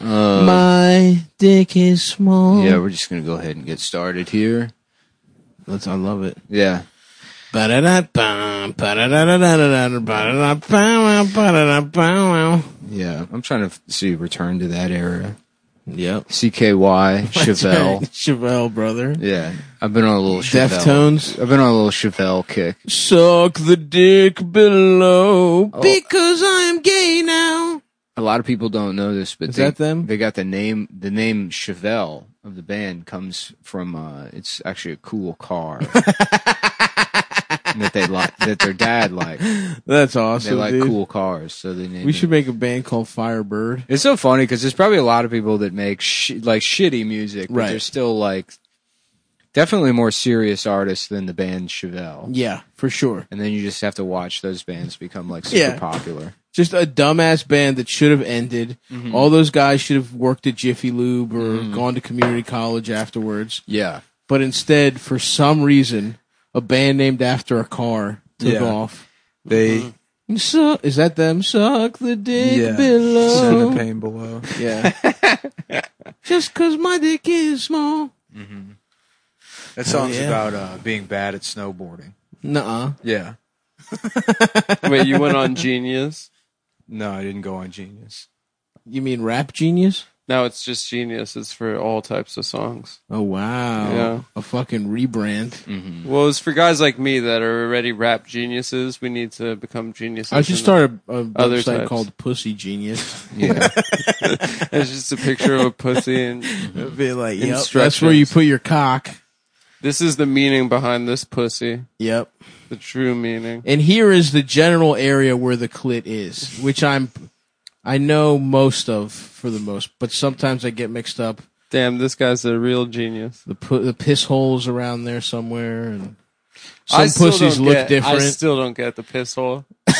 Uh, My dick is small. yeah, we're just gonna go ahead and get started here. That's, I love it. Yeah. Ba-da-da-bum, ba-da-da-da-da-da-da, ba-da-da-bow-wow, ba-da-da-bow-wow. Yeah, I'm trying to f- see return to that era. Yep. CKY, That's Chevelle. right. Chevelle, brother. Yeah, I've been on a little Chevelle. Deftones. I've been on a little Chevelle kick. Suck the dick below because I'm gay now. A lot of people don't know this, but Is they, that them? They got the name. The name Chevelle of the band comes from. Uh, it's actually a cool car that they like. That their dad liked. That's They awesome, like dude. cool cars, so they named. We it- should make a band called Firebird. It's so funny because there's probably a lot of people that make sh- like shitty music, but Right. they're still like definitely more serious artists than the band Chevelle. Yeah, for sure. And then you just have to watch those bands become like super Yeah. popular. Just a dumbass band that should have ended. All those guys should have worked at Jiffy Lube or gone to community college afterwards. Yeah. But instead, for some reason, a band named after a car took Yeah. off. They So, is that them? Suck the dick yeah, send below. the pain below. Yeah. Just because my dick is small. That song's yeah. about uh, being bad at snowboarding. Nuh-uh. Yeah. Wait, you went on Genius? No, I didn't go on Genius. You mean rap genius? Now it's just Genius. It's for all types of songs. Oh wow. Yeah. A fucking rebrand. Well, it's for guys like me that are already rap geniuses. We need to become geniuses. I should and- start a, a Other website types. called Pussy Genius. Yeah. It's just a picture of a pussy, and be like, yep. that's where you put your cock. this is the meaning behind this pussy. Yep. The true meaning. And here is the general area where the clit is, which I'm I know most of for the most, but sometimes I get mixed up. Damn, this guy's a real genius. The pu- the piss holes around there somewhere and I some still pussies don't look get- different. I still don't get the piss hole.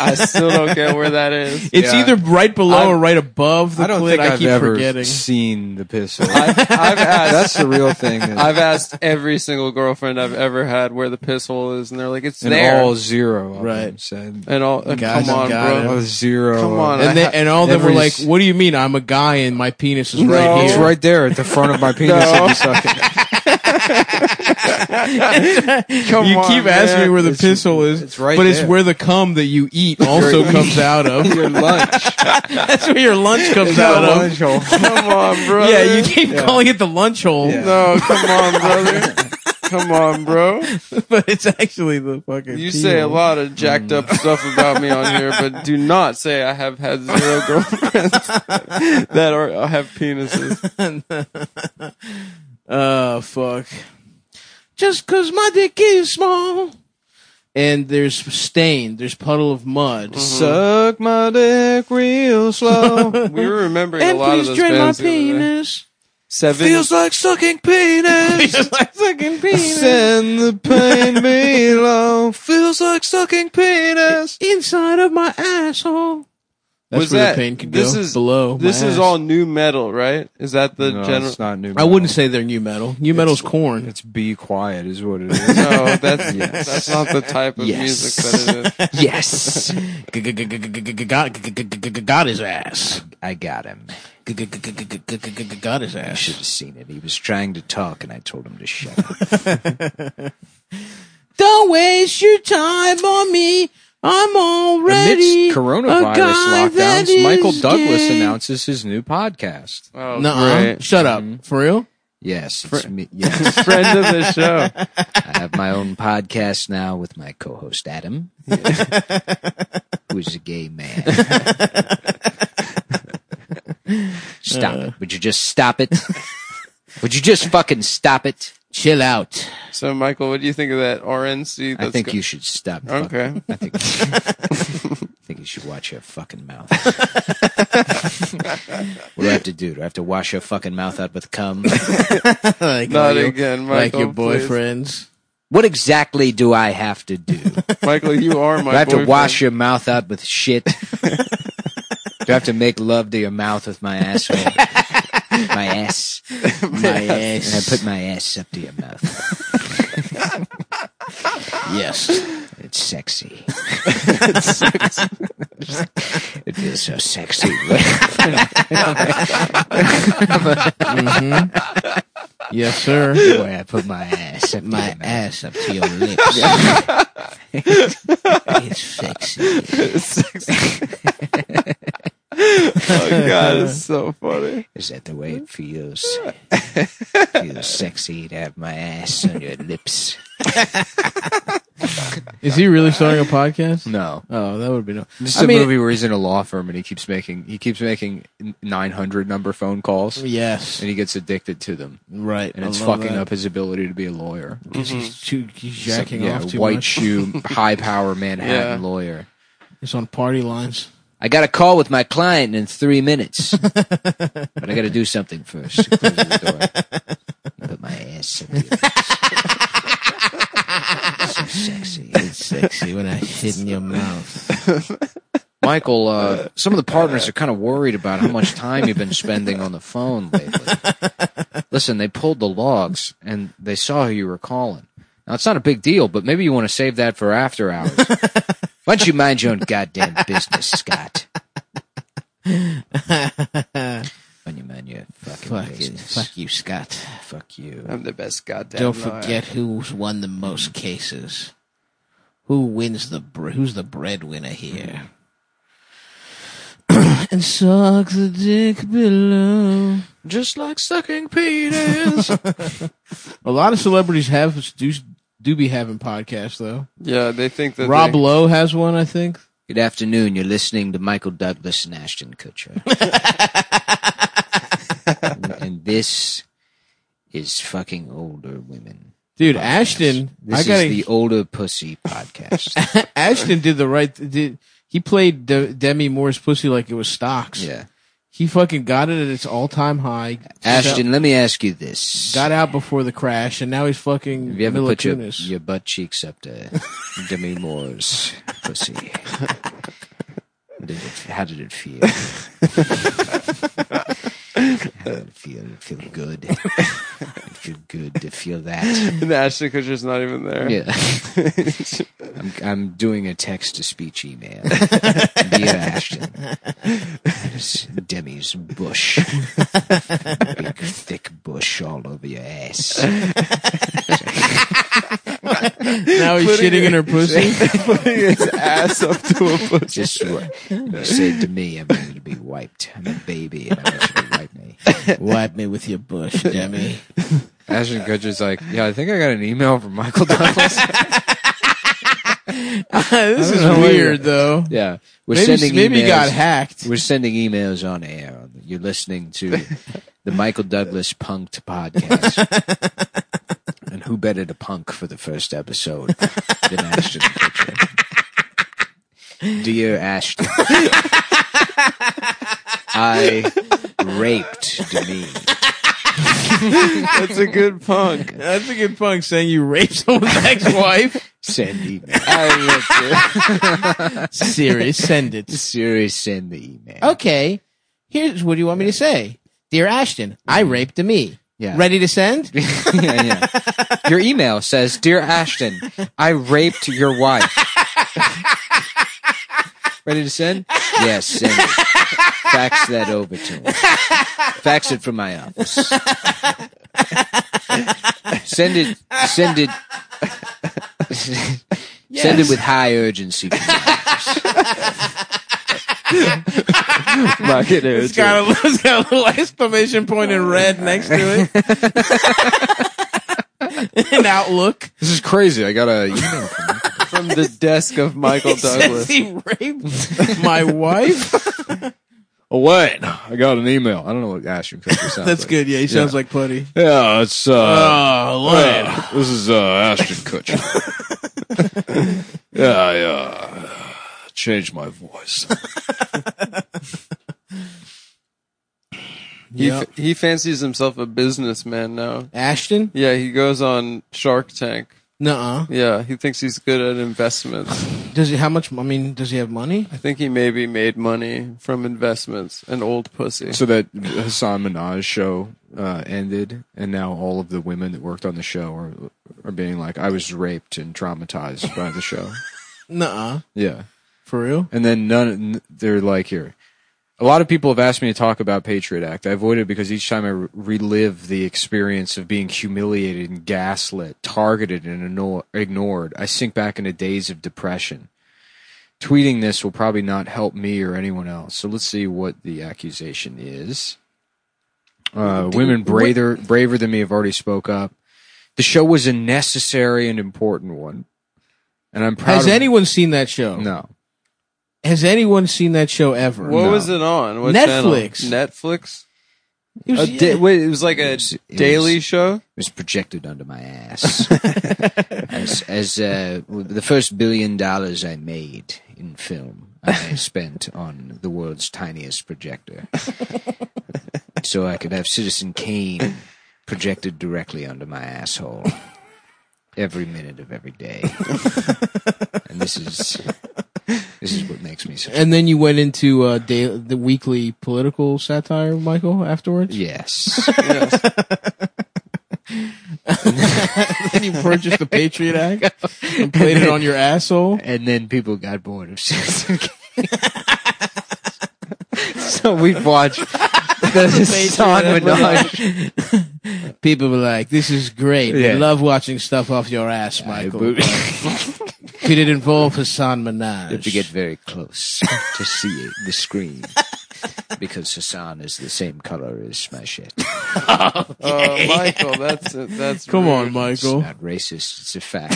I still don't get where that is. it's Yeah. either right below I- or right above the I don't clit. think I I've keep ever forgetting. Seen the pistol. I've, I've asked. That's the real thing. that- I've asked every single girlfriend I've ever had where the piss hole is, and they're like, "It's and there." all zero of Right. them said. and all, and Guys, come on, got bro. it. All zero. Come on, of- And, I they, ha- and all of them were every like, s- "What do you mean? I'm a guy and my penis is No. right It's here." right there at the front of my penis. No. if you suck it. Come you on, keep asking man. me where the It's- piss hole is, it's right but it's there. where the cum that you eat also comes out of. Your lunch. That's where your lunch comes Your out of. lunch hole. Come on, bro. Yeah, you keep calling it the lunch hole, Yeah. No, come on, brother. come on, bro. but it's actually the fucking. You pee say a hole. lot of jacked up Mm. stuff about me on here, but do not say I have had zero girlfriends that are uh, have penises. Uh, fuck. Just cause my dick is small. And there's stain. There's puddle of mud. Mm-hmm. Suck my dick real slow. We were remembering And a lot of please those drain my bands the other day. penis. Seven. Feels like sucking penis. It's like fucking penis. Send the pain below. Feels like sucking penis. Inside of my asshole. That's was where that, the pain can this go. Is, below. This my is ass. all new metal, right? Is that the No, general? it's not new. I wouldn't say they're new metal. New metal's corn. It's be quiet is what it is. No, that's that's not the type of Yes. music that it is. Yes. Got his ass. I got him. Got his ass. have seen it. He was trying to talk, and I told him to shut up. Don't waste your time on me. I'm already Amidst coronavirus a guy that lockdowns, Michael is Douglas gay. announces his new podcast. Oh, Nuh-uh. great. Shut up. For real? Yes, it's me. Yes, Friend of the show. I have my own podcast now with my co-host Adam, who's a gay man. Uh. stop it! Would you just stop it? Would you just fucking stop it? Chill out. So, Michael, what do you think of that RNC? I That's think go- you should stop. fucking- Okay. I think. I think you should watch your fucking mouth. what do I have to do? Do I have to wash your fucking mouth out with cum? Like Not all your- again, Like Michael. your please. boyfriends. What exactly do I have to do? Do Michael, you are my I have to boyfriend. wash your mouth out with shit? do I have to make love to your mouth with my asshole? my ass. My And I ass. put my ass up to your mouth. yes. It's it's sexy. Oh, it feels so sexy. Yes, sir. Where I put my ass, up My my ass. ass up to your lips. it's sexy. Oh god, it's so funny. Is that the way it feels? It feels sexy to have my ass on your lips. Is he really starting a podcast? No. Oh, that would be no. This is I a mean- movie where he's in a law firm and he keeps making he keeps making nine hundred number phone calls and Yes, he gets addicted to them right. and I it's love fucking that. up his ability to be a lawyer. 'Cause He's, too, he's jacking Some- yeah, off too white much. shoe, high power Manhattan Yeah. lawyer. He's on party lines. I got a call with my client in three minutes, but I got to do something first. to close the door. Put my ass up to your lips. so sexy. It's sexy when I hit in your mouth. Michael, uh, Some of the partners are kind of worried about how much time you've been spending on the phone lately. listen, they pulled the logs and they saw who you were calling. Now it's not a big deal, but maybe you want to save that for after hours. Why don't you mind your own goddamn business, Scott? Why don't you mind your fucking Fuck, it. business? fuck you, Scott. Fuck you. I'm the best goddamn. Don't liar. forget who's won the most cases. Who wins the br- who's the breadwinner here? and suck the dick below. Just like sucking penis. A lot of celebrities have do do be having podcasts though. Yeah, they think that Rob they, Lowe has one, I think. Good afternoon. You're listening to Michael Douglas and Ashton Kutcher. and this is fucking older women. Dude, podcast. Ashton, This I is gotta. the older pussy podcast. Ashton did the right. Did he played De- Demi Moore's pussy like it was stocks? yeah. He fucking got it at its all time high. Ashton, let me ask you this. got out before the crash, and now he's fucking Have you ever Mila put your, Kunis. your butt cheeks up to Demi Moore's pussy? Did it, how did it feel? how did it feel? Did it feel good? Did it feel good to feel that? and Ashton Kutcher's not even there. Yeah. I'm, I'm doing a text to speech email. Dear Ashton, it's Demi's bush. Big, thick bush all over your ass. now he's Putting shitting it- in her pussy. Putting his ass up to a pussy. Just what you said to me, I'm ready to be wiped. I'm a baby and I want you to wipe me. Wipe me with your bush, Demi. Ashton Kutcher's like, yeah, I think I got an email from Michael Douglas. this is know where weird, though. yeah, We're Maybe, sending maybe emails. he got hacked. We're sending emails on air. You're listening to the Michael Douglas Punked podcast. and who better to punk for the first episode than Ashton Kutcher? Dear Ashton, I raped Demi. That's a good punk. That's a good punk saying you raped someone's ex-wife. Send email. I love it. Serious, send it. Serious, send the email. Okay, here's what do you want me to say, dear Ashton? I raped me. Yeah. Ready to send? yeah, yeah. Your email says, "Dear Ashton, I raped your wife." Ready to send? Yes, send it. Fax that over to him. Fax it from my office. send it. Send it. Send it with high urgency. Market It's got, a, it's got a little exclamation point in red next to it. An outlook. This is crazy. I got a email. from the desk of Michael It says Douglas. he raped my wife. Oh wait, I got an email. I don't know what Ashton Kutcher sounds. That's like. good. Yeah, he sounds like Putty. Yeah, it's uh, Oh, uh, this is uh, Ashton Kutcher. yeah, I uh, changed my voice. He, Yeah. f- he fancies himself a businessman now. Ashton? Yeah, he goes on Shark Tank. Nuh-uh. Yeah, he thinks he's good at investments. Does he? How much? I mean, does he have money? I think he maybe made money from investments and old pussy. So that Hassan Minaj show uh, ended, and now all of the women that worked on the show are are being like, "I was raped and traumatized by the show." Nuh-uh. Yeah. For real? And then none, n- they're like, here. A lot of people have asked me to talk about Patriot Act. I avoid it because each time I re- relive the experience of being humiliated and gaslit, targeted and anno- ignored, I sink back into days of depression. Tweeting this will probably not help me or anyone else. So let's see what the accusation is. Uh, women braver, braver than me have already spoke up. The show was a necessary and important one, and I'm proud. Has of- anyone seen that show? no? Has anyone seen that show ever? What was it on? What Netflix. Channel? Netflix. It was- A da- wait, it was like a It was- it daily was- show. was projected under my ass as, as uh, the first billion dollars I made in film I spent on the world's tiniest projector, so I could have Citizen Kane projected directly under my asshole every minute of every day, and this is this is what makes me such. and then you went into uh, da- the weekly political satire, Michael, afterwards? Yes. Yes. you purchased the Patriot Act and played it on your asshole? and then people got bored of Citizen Kane. so we watched the Hassan Minaj. People were like, this is great. Yeah. We love watching stuff off your ass, Michael. Could it involve Hassan Minaj? If you get very close to see the screen, because Hassan is the same color as my shit. Oh, Michael, that's that's. Come on, rude. It's Michael. not racist. It's a fact.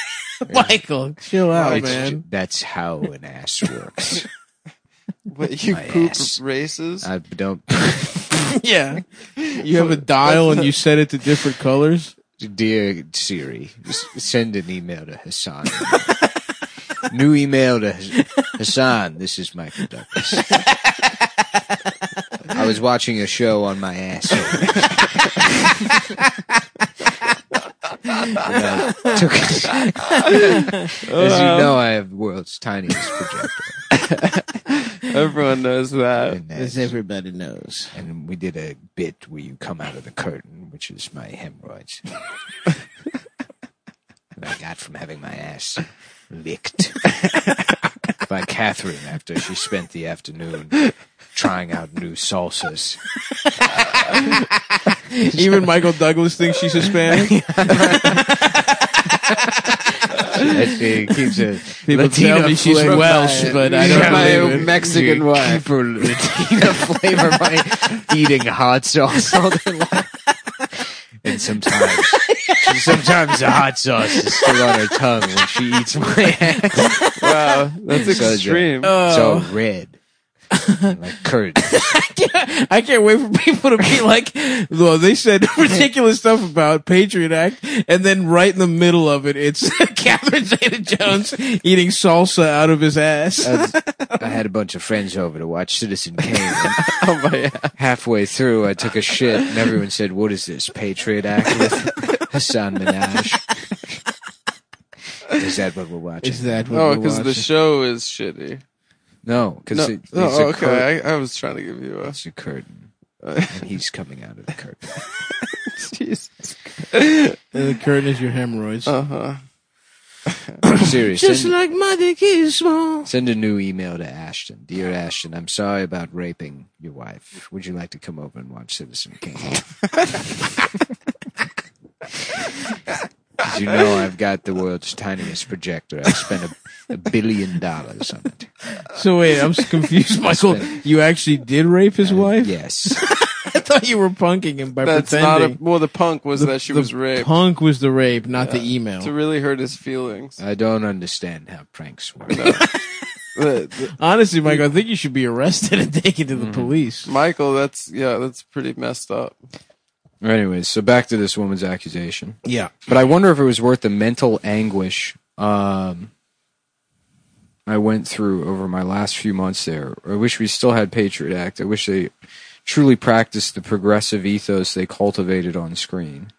Michael, chill out, It's ju- Oh, man. that's how an ass works. What, you My poop ass. races. Oh, I don't yeah. You have a dial and you set it to different colors? Dear Siri, s- send an email to Hassan. New email to Hass- Hassan. This is Michael Douglas. I was watching a show on my asshole. And I took- as you know, I have the world's tiniest projector. Everyone knows that. And, that's- everybody knows. and we did a bit where you come out of the curtain, which is my hemorrhoids. that I got from having my ass licked by Catherine after she spent the afternoon trying out new salsas. Even Michael Douglas thinks she's Hispanic. It keeps a People Latina tell me she's flavor- Welsh, but I don't my believe it. Mexican You wife. keep her Latina flavor by eating hot sauce all day long. And sometimes, sometimes the hot sauce is still on her tongue when she eats my ass. Wow, that's So extreme. It's Oh. all red, and like curd. I can't wait for people to be like, well, they said ridiculous stuff about Patriot Act, and then right in the middle of it, it's Catherine Zeta-Jones eating salsa out of his ass. I, was- I had a bunch of friends over to watch Citizen Kane. and Oh my God. halfway through, I took a shit, and everyone said, "What is this Patriot Act with Hassan Minaj?" Is that what we're watching? Is that what Oh, we're because the watching? show is shitty. no? Because No, it, it's no, a curd. okay. I, I was trying to give you a. uh, It's a curtain. and he's coming out of the curtain. Jesus. the curtain is your hemorrhoids. Uh huh. Seriously. Send, like my dick is small. send a new email to Ashton. Dear Ashton, I'm sorry about raping your wife. Would you like to come over and watch Citizen Kane? As you know, I've got the world's tiniest projector. I spent a, a billion dollars on it. So wait, I'm s- confused, Michael. You actually did rape his wife? Yes. I thought you were punking him by That's not a. pretending. Well, the punk was The- that she the was raped Punk was the rape, not the to email. really hurt his feelings. I don't understand how pranks work. The- the- Honestly, Michael, I think you should be arrested and taken Mm-hmm. to the police. Michael, that's yeah, that's pretty messed up. Anyways, so back to this woman's accusation. Yeah. But I wonder if it was worth the mental anguish um, I went through over my last few months there. I wish we still had Patriot Act. I wish they truly practiced the progressive ethos they cultivated on screen.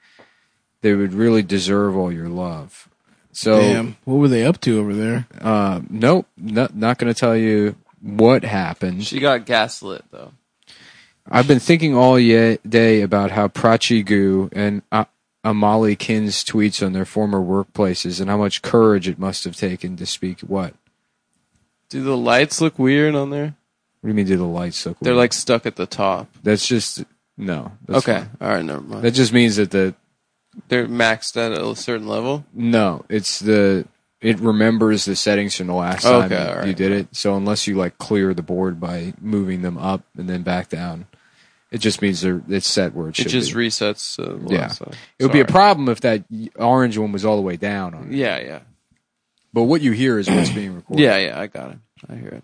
They would really deserve all your love. So, Damn. What were they up to over there? uh, nope, not, not going to tell you what happened. She got gaslit though. I've been thinking all ye- day about how Prachi Goo and uh, Amali Kin's tweets on their former workplaces and how much courage it must have taken to speak what? Do the lights look weird on there? What do you mean? Do the lights look? They're weird? like stuck at the top. that's just no. That's okay. fine. All right. Never mind. that just means that the They're maxed at a certain level. no, it's the it remembers the settings from the last Okay, time that all you right. did it. So unless you like clear the board by moving them up and then back down, it just means they're it's set where it should it just be. resets. To the Yeah. Left side. It would be a Sorry. problem if that y- orange one was all the way down on it. Yeah. Yeah. But what you hear is what's being recorded. Yeah. Yeah. I got it. I hear it.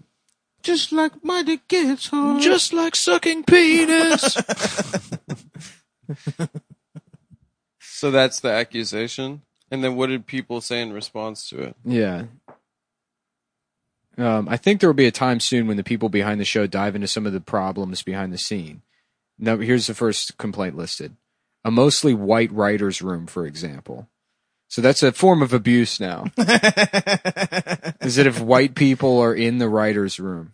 Just like my dick gets hard. Just like sucking penis. So that's the accusation. And then what did people say in response to it? yeah. Um, I think there will be a time soon when the people behind the show dive into some of the problems behind the scene. Now, here's the first complaint listed a mostly white writer's room, for example. So that's a form of abuse now. is that if white people are in the writer's room?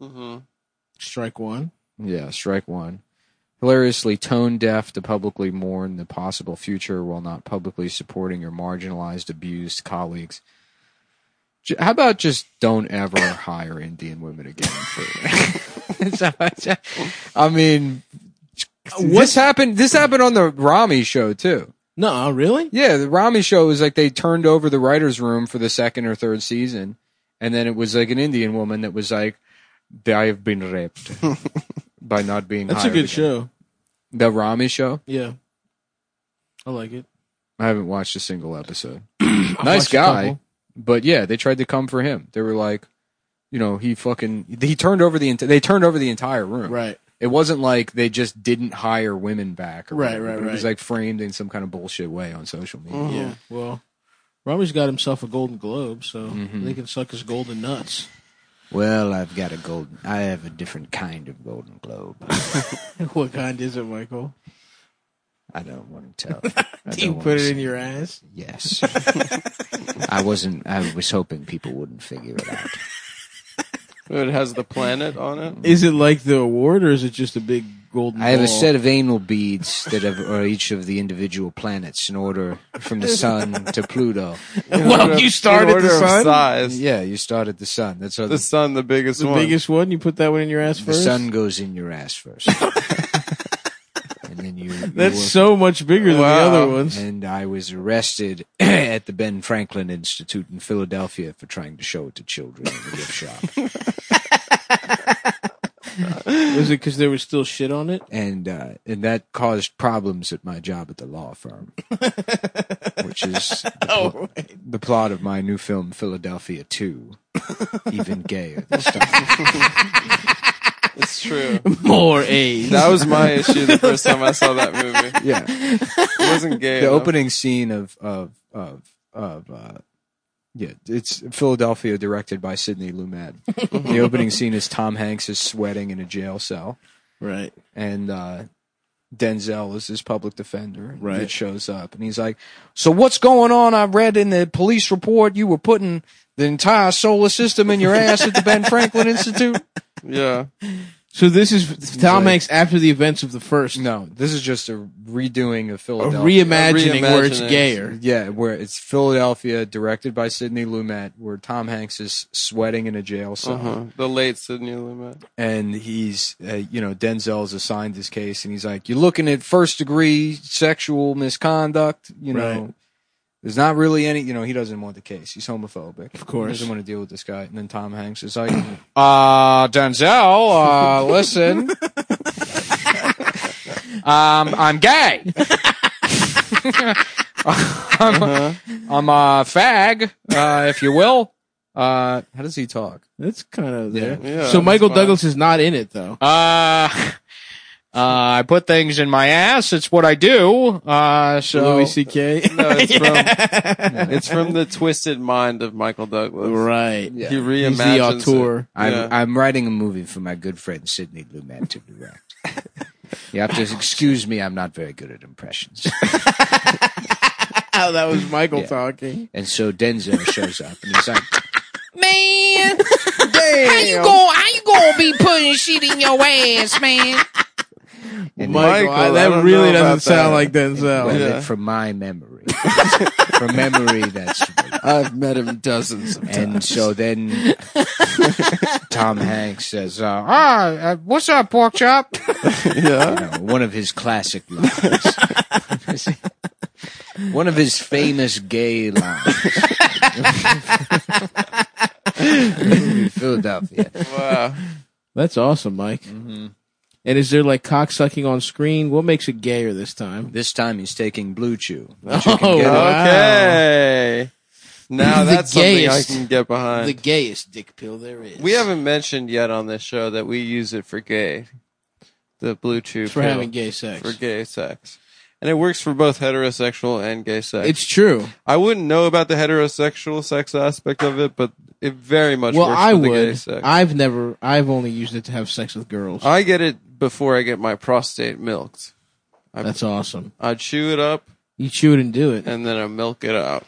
Mm-hmm. Strike one. Yeah, strike one. Hilariously tone deaf to publicly mourn the possible future while not publicly supporting your marginalized, abused colleagues. J- How about just don't ever hire Indian women again? for- So I ju- I mean, what's happened? This happened on the Rami show too. No, really? Yeah, the Rami show was like they turned over the writers' room for the second or third season, and then it was like an Indian woman that was like, "I have been raped by not being." That's a hired good again." show. The Rami show. Yeah. I like it. I haven't watched a single episode. I nice watched a guy, couple. but yeah, they tried to come for him. They were like, you know, he fucking he turned over the ent- they turned over the entire room. Right. It wasn't like they just didn't hire women back. Or Right, whatever, but right, It was right. Mm-hmm. like framed in some kind of bullshit way on social media. Yeah. Well, Rami's got himself a Golden Globe, so Mhm. they can suck his golden nuts. Well, I've got a golden. I have a different kind of golden globe. what kind is it, Michael? I don't want to tell. I Do you don't wanna put it in say. your ass? Yes. I wasn't. I was hoping people wouldn't figure it out. It has the planet on it. Is it like the award, or is it just a big golden? I have a ball? set of anal beads that have, are each of the individual planets in order from the sun to Pluto. In Well, order of- you started in order the of sun? size. Yeah, you start at the sun. That's how The the, sun, the biggest The one. biggest one. You put that one in your ass the first. sun goes in your ass first, and then you. you That's work- so much bigger than Wow. the other ones. and I was arrested at the Ben Franklin Institute in Philadelphia for trying to show it to children in the gift shop. Was it because there was still shit on it? and uh, and that caused problems at my job at the law firm, which is the, pl- the plot of my new film Philadelphia Two, even gayer this time. It's true. More A's. That was my issue the first time I saw that movie. Yeah, It wasn't gay. the enough. opening scene of of of of. Uh, yeah, it's Philadelphia, directed by Sidney Lumet. the opening scene is Tom Hanks is sweating in a jail cell, right. and uh, Denzel is his public defender Right. that shows up, and he's like, "So what's going on? I read in the police report you were putting the entire solar system in your ass at the Ben Franklin Institute." Yeah. So this is Tom like- Hanks after the events of the first. No, this is just a redoing of A Philadelphia. reimagining where it's reimagining. gayer. yeah, where it's Philadelphia, directed by Sidney Lumet, where Tom Hanks is sweating in a jail cell, Uh-huh. The late Sidney Lumet. and he's, uh, you know, Denzel's assigned his case, and he's like, "You're looking at first degree sexual misconduct, you know." Right. There's not really any, you know, he doesn't want the case. He's homophobic. Of course. He doesn't want to deal with this guy. And then Tom Hanks is like, uh, Denzel, uh, listen. um, I'm gay. I'm, a- I'm a fag, uh, if you will. Uh, how does he talk? That's kind of there. Yeah, so that's Michael fine. Douglas is not in it though. Uh, uh, I put things in my ass. It's what I do. Uh, so. Louis C.K. No, it's from it's from the twisted mind of Michael Douglas. right. He He's reimagines the auteur. it. I'm Yeah. I'm writing a movie for my good friend Sidney Lumet to direct. you have to excuse me, I'm not very good at impressions. Oh, that was Michael Yeah. talking. And so Denzel shows up and he's like, Man, how you going? How you gonna be putting shit in your ass, man? Michael. and Michael, I- I that don't really know about doesn't sound that. like Denzel. Well, Yeah. From my memory. from memory, that's. I've met him dozens of And so then Tom Hanks says, uh, ah, uh, what's up, pork chop? Yeah. You know, one of his classic lines. one of his famous gay lines. Philadelphia. Wow. That's awesome, Mike. Mm-hmm. And is there like cock sucking on screen? What makes it gayer this time? This time he's taking Blue Chew. Oh, wow. Okay. Now The that's gayest. something I can get behind. The gayest dick pill there is. we haven't mentioned yet on this show that we use it for gay, the blue chew for pill having gay sex. for gay sex, and it works for both heterosexual and gay sex. It's true. I wouldn't know about the heterosexual sex aspect of it, but it very much Well, works I for the gay would. sex. I've never. I've only used it to have sex with girls. I get it before I get my prostate milked. That's awesome. I chew it up You chew it and do it. and then I milk it out.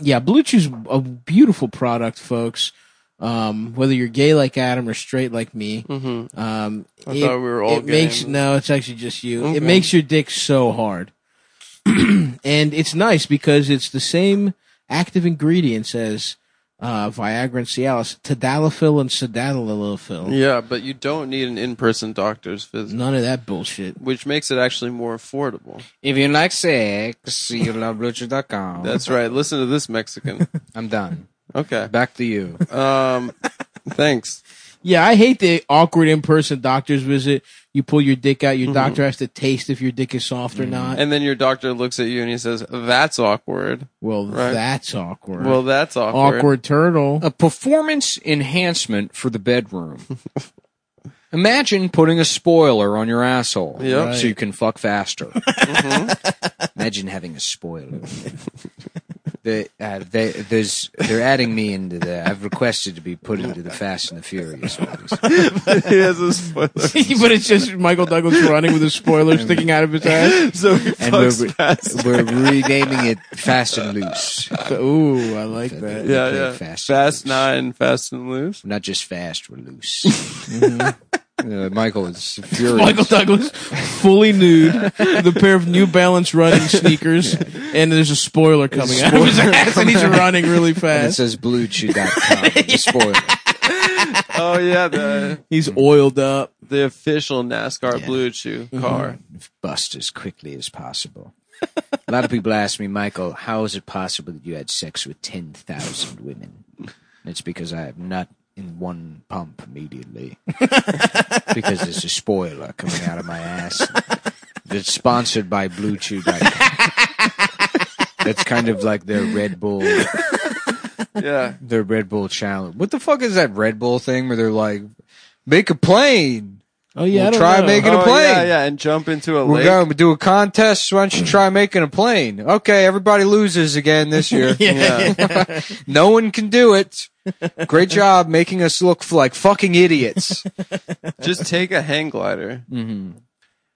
yeah, Blue Chew's a beautiful product, folks. Um, whether you're gay like Adam or straight like me, hmm um, I it, thought we were all it makes getting- no. It's actually just you. Okay. It makes your dick so hard, and it's nice because it's the same active ingredients as uh, Viagra and Cialis, Tadalafil and Sildenafil. Yeah, but you don't need an in-person doctor's visit, None of that bullshit. which makes it actually more affordable. If you like sex, you love BlueChew.com. That's right. Listen to this Mexican. I'm done. Okay. Back to you. Um, thanks. Yeah, I hate the awkward in-person doctor's visit. You pull your dick out, your Mm-hmm. doctor has to taste if your dick is soft or not. And then your doctor looks at you and he says, "That's awkward." well, Right. that's awkward. Well, that's awkward. awkward turtle. a performance enhancement for the bedroom. Imagine putting a spoiler on your asshole Yep. Mm-hmm. so you can fuck faster. Imagine having a spoiler. the, uh, they, there's, they're adding me into the. I've requested to be put into the Fast and the Furious. movies. he has a spoiler. but it's just Michael Douglas running with a spoiler sticking out of his ass. So he And we're, fucks fast. we're renaming it Fast and Loose. Ooh, I like that. Yeah, play yeah. fast Fast, and loose. nine, fast and Mm-hmm. loose. We're not just fast, we're loose. Uh, Michael is furious. Michael Douglas, fully nude, the pair of New Balance running sneakers, and there's a spoiler coming out of his ass, and he's running really And it fast. says BlueChew.com. The spoiler. Oh yeah, the He's oiled up. the official NASCAR Yeah. Blue Chew Mm-hmm. car. Bust as quickly as possible. A lot of people ask me, Michael, how is it possible that you had sex with 10,000 women? And it's because I have not in one pump immediately. because there's a spoiler coming out of my ass. That's sponsored by BlueChew.com. That's kind of like their Red Bull Yeah, their Red Bull challenge. What the fuck is that Red Bull thing where they're like, make a plane. Oh yeah, We'll try making a Oh, plane. Yeah, yeah, and jump into a We're lake. going to do a contest. Why don't you try making a plane? Okay, everybody loses again this year. Yeah. No one can do it. Great job making us look like fucking idiots. Just take a hang glider. Mm-hmm.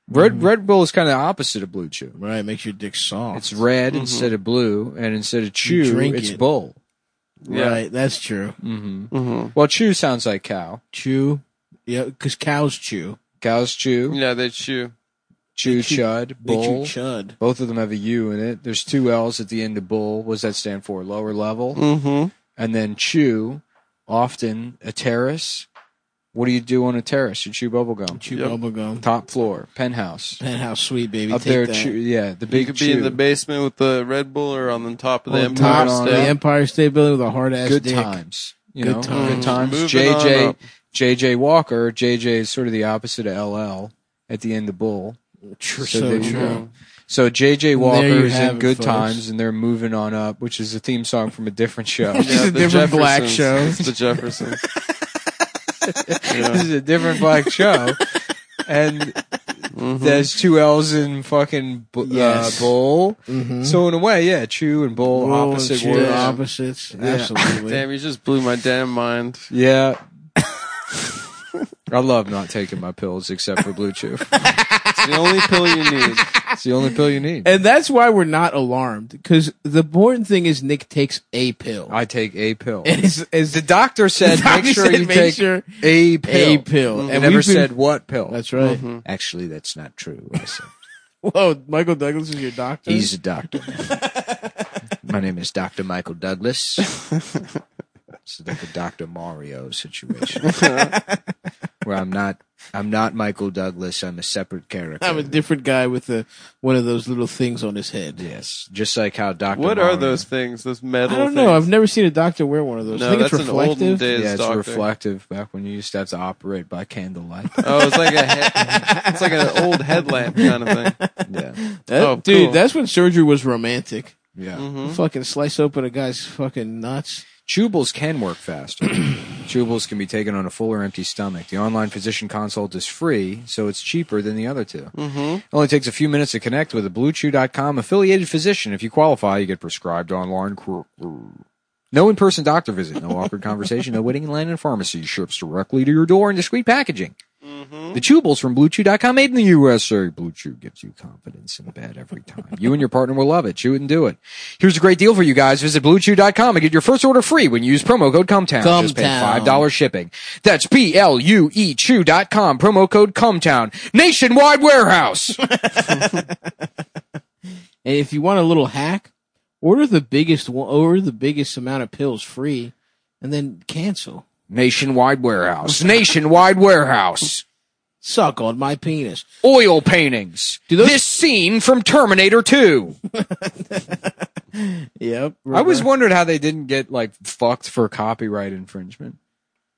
Red Red Bull is kind of opposite of Blue Chew. Right, makes your dick soft. It's red instead of blue, and instead of Mm-hmm. You chew, drink it's it. Mm-hmm. bull. Yeah. Right, that's true. hmm Well, chew sounds like cow. Chew, yeah, because cows chew. Cows chew, Yeah, they chew. chew, chew- chud, They bull. chew chud. Both of them have a U in it. There's two L's at the end of bull. What does that stand for? Lower level. Mm-hmm. And then chew, often a terrace. What do you do on a terrace? You chew bubblegum. Chew Yep. bubble gum. Top floor, penthouse. Penthouse sweet baby. Up Take there, that. chew, yeah, the You big could chew. be in the basement with the Red Bull or on the top of the On Empire top of the State. Empire State Building with a hard ass good dick. times. You Good know, times. good times. Moving on JJ, up. JJ Walker. JJ is sort of the opposite of LL at the end of Bull. Tr- So So, they- true. So JJ Walker you is have in it, Good folks. Times, and they're moving on up, which is a theme song from a different show. Which is a the different black Jeffersons. show. It's the Jeffersons. This is a different black show, and there's two L's in fucking bu- Mm-hmm. Yes. uh, Bull. Mhm. So in a way, yeah, Chew and Bull, Roll and opposite shoot, words. Opposites. Absolutely. Damn, you just blew my damn mind. Yeah. I love not taking my pills except for Blue Chew. It's the only pill you need. It's the only pill you need. And that's why we're not alarmed because the important thing is Nick takes a pill. I take a pill. and it's, it's The doctor said, The doctor make sure said, you "Make take sure a pill. a pill. And never we've been- said Mm-hmm. what pill. That's right. Actually, that's not true. I said. Whoa, Michael Douglas is your doctor. He's a doctor. My name is Dr. Michael Douglas. It's like a Dr. Mario situation. where I'm not I'm not Michael Douglas, I'm a separate character. I'm a different guy with a, one of those little things on his head. yes. Just like how Dr. What Mario, are those things? Those metal. I don't know. I've things? never seen a doctor wear one of those. I no, think that's it's an olden reflective. days yeah, it's doctor. reflective. Back when you used to have to operate by candlelight. Oh, it's like a head, it's like an old headlamp kind of thing. yeah, That- Oh, dude, cool. that's when surgery was romantic. yeah. Mm-hmm. Fucking slice open a guy's fucking nuts. Chewables can work faster. Chewables can be taken on a full or empty stomach. The online physician consult is free, so it's cheaper than the other 2 Mm-hmm. It only takes a few minutes to connect with a BlueChew.com affiliated physician. If you qualify, you get prescribed online. No in-person doctor visit, no awkward conversation, no waiting in line in a pharmacy. Ships directly to your door in discreet packaging. The chewables from BlueChew.com made in the USA. BlueChew gives you confidence in bed every time. You and your partner will love it. Chew it and do it. Here's a great deal for you guys. Visit BlueChew.com and get your first order free when you use promo code CUMTOWN. Just pay Cumtown. $5 shipping. That's B-L-U-E Chew.com. Promo code CUMTOWN. Nationwide warehouse. And if you want a little hack, order the biggest one- order the biggest amount of pills free, and then cancel. Nationwide warehouse. Nationwide warehouse. Suck on my penis. Oil paintings. Do those- This scene from Terminator 2. Yep. I was wondering how they didn't get like fucked for copyright infringement.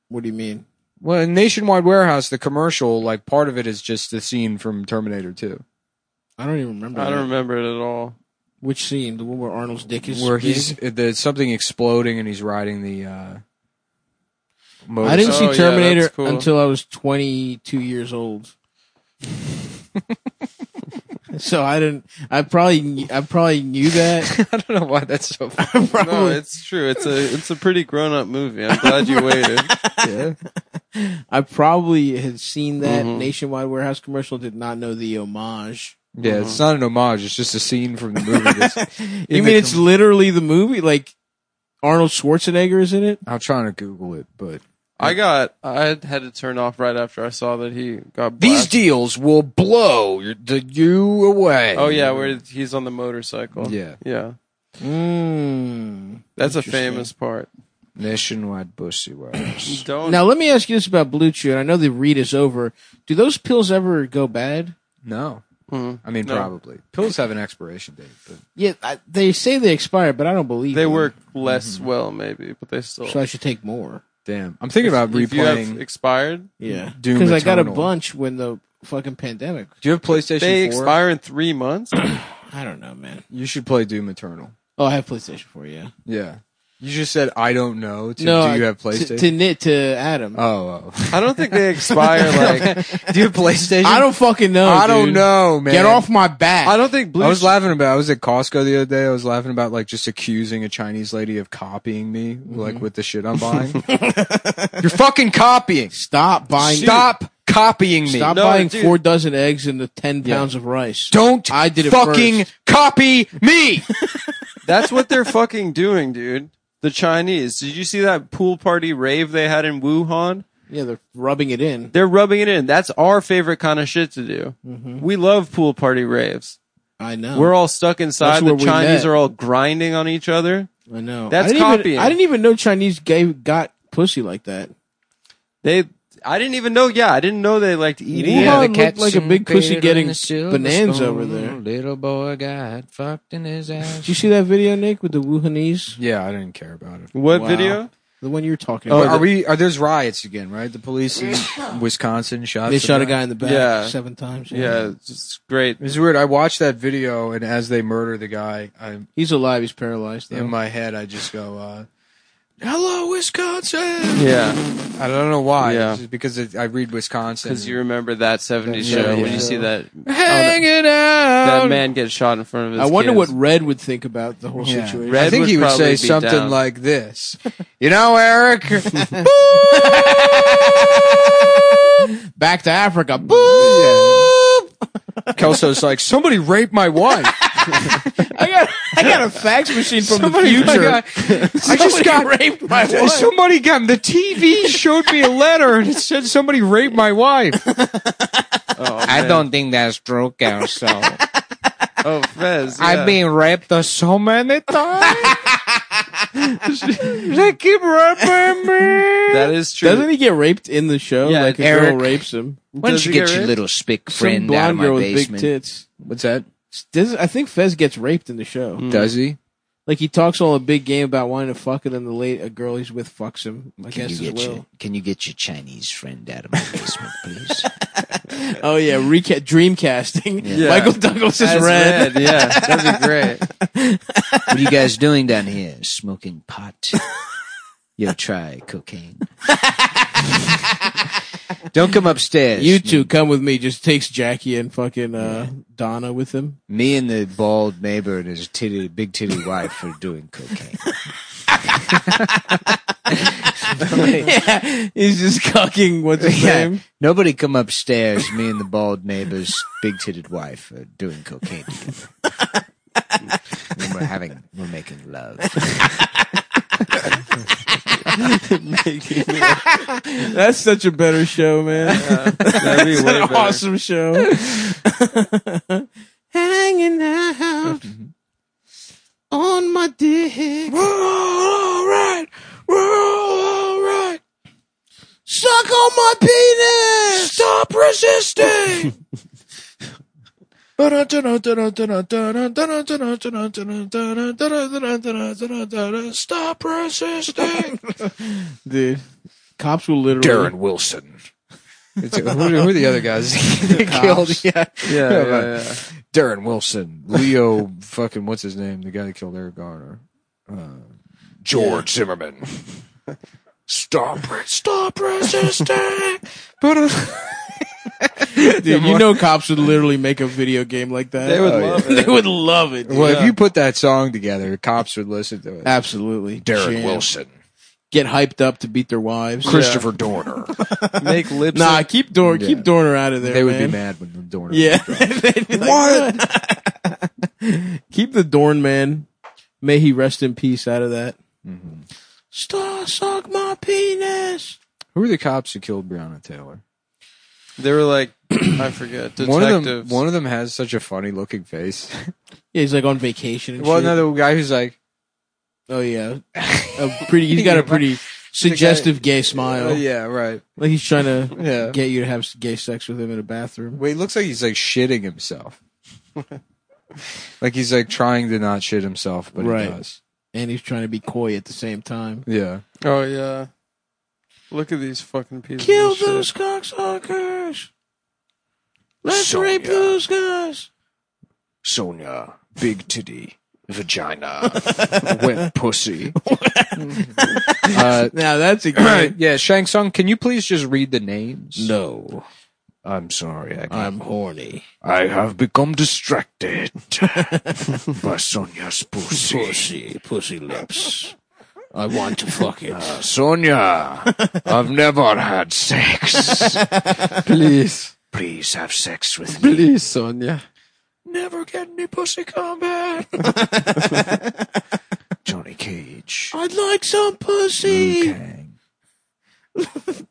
What do you mean? Well, in Nationwide Warehouse, the commercial, like part of it is just the scene from Terminator 2, I don't even remember. I that. don't remember it at all. Which scene? The one where Arnold's dick is. where big? he's there's something exploding and he's riding the. uh I didn't motorcycle. Oh, yeah, see that's Terminator cool. until I was 22 years old. so I didn't. I probably. kn- I probably knew that. I don't know why that's so. Funny. probably. No, it's true. It's a it's a pretty grown up movie. I'm glad you waited. I probably had seen that Mm-hmm. nationwide warehouse commercial. Did not know the homage. Yeah, it's not an homage. It's just a scene from the movie. That's, You mean it's literally the movie? Like Arnold Schwarzenegger is in it? I'm trying to Google it, but I got I had to turn off right after I saw that he got these blasted. deals will blow your, the, you away. Oh yeah, where he's on the motorcycle. Yeah. yeah. Mm. That's a famous part. Nationwide Bussy Warehouse. Don't Now let me ask you this about Blue Chew. And I know the read is over. Do those pills ever go bad? no, Mhm. I mean No. probably pills have an expiration date, but Yeah, I, they say they expire, but I don't believe they them. work less well maybe, but they still. So I should take more. damn, I'm thinking about if you replaying. have expired, Yeah, Doom because I got a Eternal. bunch when the fucking pandemic. Do you have PlayStation 4? they expire in three months. I don't know, man. You should play Doom Eternal. Oh, I have PlayStation Four. Yeah. Yeah. You just said I don't know. To, no, do you I- have To, PlayStation? to knit to Adam. oh, oh. I don't think they expire like. do you have PlayStation? I don't fucking know. I don't dude. know, man. Get off my back. I don't think blue. I was laughing about. I was at Costco the other day. I was laughing about like just accusing a Chinese lady of copying me, Mm-hmm. like with the shit I'm buying. You're fucking copying. Stop buying. Stop copying me. Stop No, buying dude. four dozen eggs and the ten pounds of rice. Don't I did it fucking first. copy me. That's what they're fucking doing, dude. The Chinese. Did you see that pool party rave they had in Wuhan? Yeah, they're rubbing it in. They're rubbing it in. That's our favorite kind of shit to do. We love pool party raves. I know. We're all stuck inside. That's The where we Chinese met. are all grinding on each other. I know. That's I didn't copying. Even, I didn't even know Chinese gay got pussy like that. They. I didn't even know. Yeah, I didn't know they liked eating. Yeah, it. the cat like a big pussy getting bonanza over there. Little boy got fucked in his ass. Did you see that video, Nick, with the Wuhanese? Yeah, I didn't care about it. What Wow. video? The one you were talking Oh, about. are we? Are there's riots again? Right? The police in Wisconsin shot. They the shot a guy. guy in the back Yeah. seven times. Yeah, it's just great. It's weird. I watched that video, and as they murder the guy, I He's alive. He's paralyzed. Though. in my head, I just go, uh, "Hello, Wisconsin." Yeah, I don't know why. Yeah. It's just because it, I read Wisconsin. because you remember that '70s Yeah, show yeah. Um, when you see that hanging that out. man get shot in front of his. I wonder kids. what Red would think about the whole Yeah. situation. Red I think would he would probably say be something down. like this. You know, Eric. Back to Africa. Yeah. Boop. Kelso's like, somebody raped my wife. I got I got a fax machine from Somebody- the future. I, got- I just got raped by one. Somebody got the TV showed me a letter and it said somebody raped my wife. I don't think that's true, Kelso. Oh, Fez. yeah. I've been raped so many times. they keep raping me. That is true. Doesn't he get raped in the show? Yeah, like a Eric- girl rapes him. Why don't Does you he get get your raped? little spick Some friend out of blonde my girl with big basement? tits. What's that? Does I think Fez gets raped in the show? Does he? Like he talks all a big game about wanting to fuck it, and the late a girl he's with fucks him Can you against his get your will. Can you get your Chinese friend out of my basement, please? Oh yeah, reca- dream casting. Yeah. Michael Douglas is That's red. Yeah, that'd be great. what are you guys doing down here? Smoking pot. Yo, try cocaine. Don't come upstairs. You two come with me. Just takes Jackie and fucking uh, Donna with him. me and the bald neighbor and his titty, big titty wife are doing cocaine. yeah, he's just cucking. What's his Yeah. name? Nobody come upstairs. Me and the bald neighbor's big titted wife are doing cocaine together. When we're having, we're making love. That's such a better show, man. That'd be That's way an better. awesome show. Hanging out on my dick. We're all right. We're all right. Suck on my penis. Stop resisting. Stop resisting. Dude, cops will literally. Darren Wilson. It's, who, who are the other guys? they killed. Yeah. Yeah, Yeah, yeah, man. yeah. Darren Wilson. Leo fucking what's his name? The guy that killed Eric Garner. Uh, George Zimmerman. Stop re- stop resisting. but uh, Dude, you know cops would literally make a video game like that. They would Oh, yeah. love They it. would love it. dude. well, if you put that song together, cops would listen to it. Absolutely. Darren Jam. Wilson. Get hyped up to beat their wives. Christopher Dorner. Make lips. Nah, keep Dor- Yeah. keep Dorner out of there. they would man. be mad when Dorner. Yeah. what? Keep the Dorn man. May he rest in peace out of that. Mm-hmm. Star suck my penis. Who are the cops who killed Breonna Taylor? They were like, I forget. Detectives. One of them. One of them has such a funny looking face. Yeah, he's like on vacation. And well, shit. another guy who's like, oh yeah, a pretty. He's got a pretty suggestive gay smile. oh, yeah, right, Like he's trying to yeah. get you to have gay sex with him in a bathroom. Well, he looks like he's like shitting himself. like he's like trying to not shit himself, but Right. he does. And he's trying to be coy at the same time. Yeah. Oh yeah. Look at these fucking pieces. Kill of shit. those cocksuckers. Let's Sonya. rape those guys. Sonia, big titty, vagina, wet pussy. uh, Now that's a great. yeah, Shang Tsung, can you please just read the names? no, I'm sorry. I, can't. I'm horny. I have become distracted by Sonia's pussy. pussy, pussy lips. I want to fuck it. Uh, Sonia, I've never had sex. Please, Please have sex with me. please, Sonia. Never get any pussy combat. Johnny Cage. I'd like some pussy.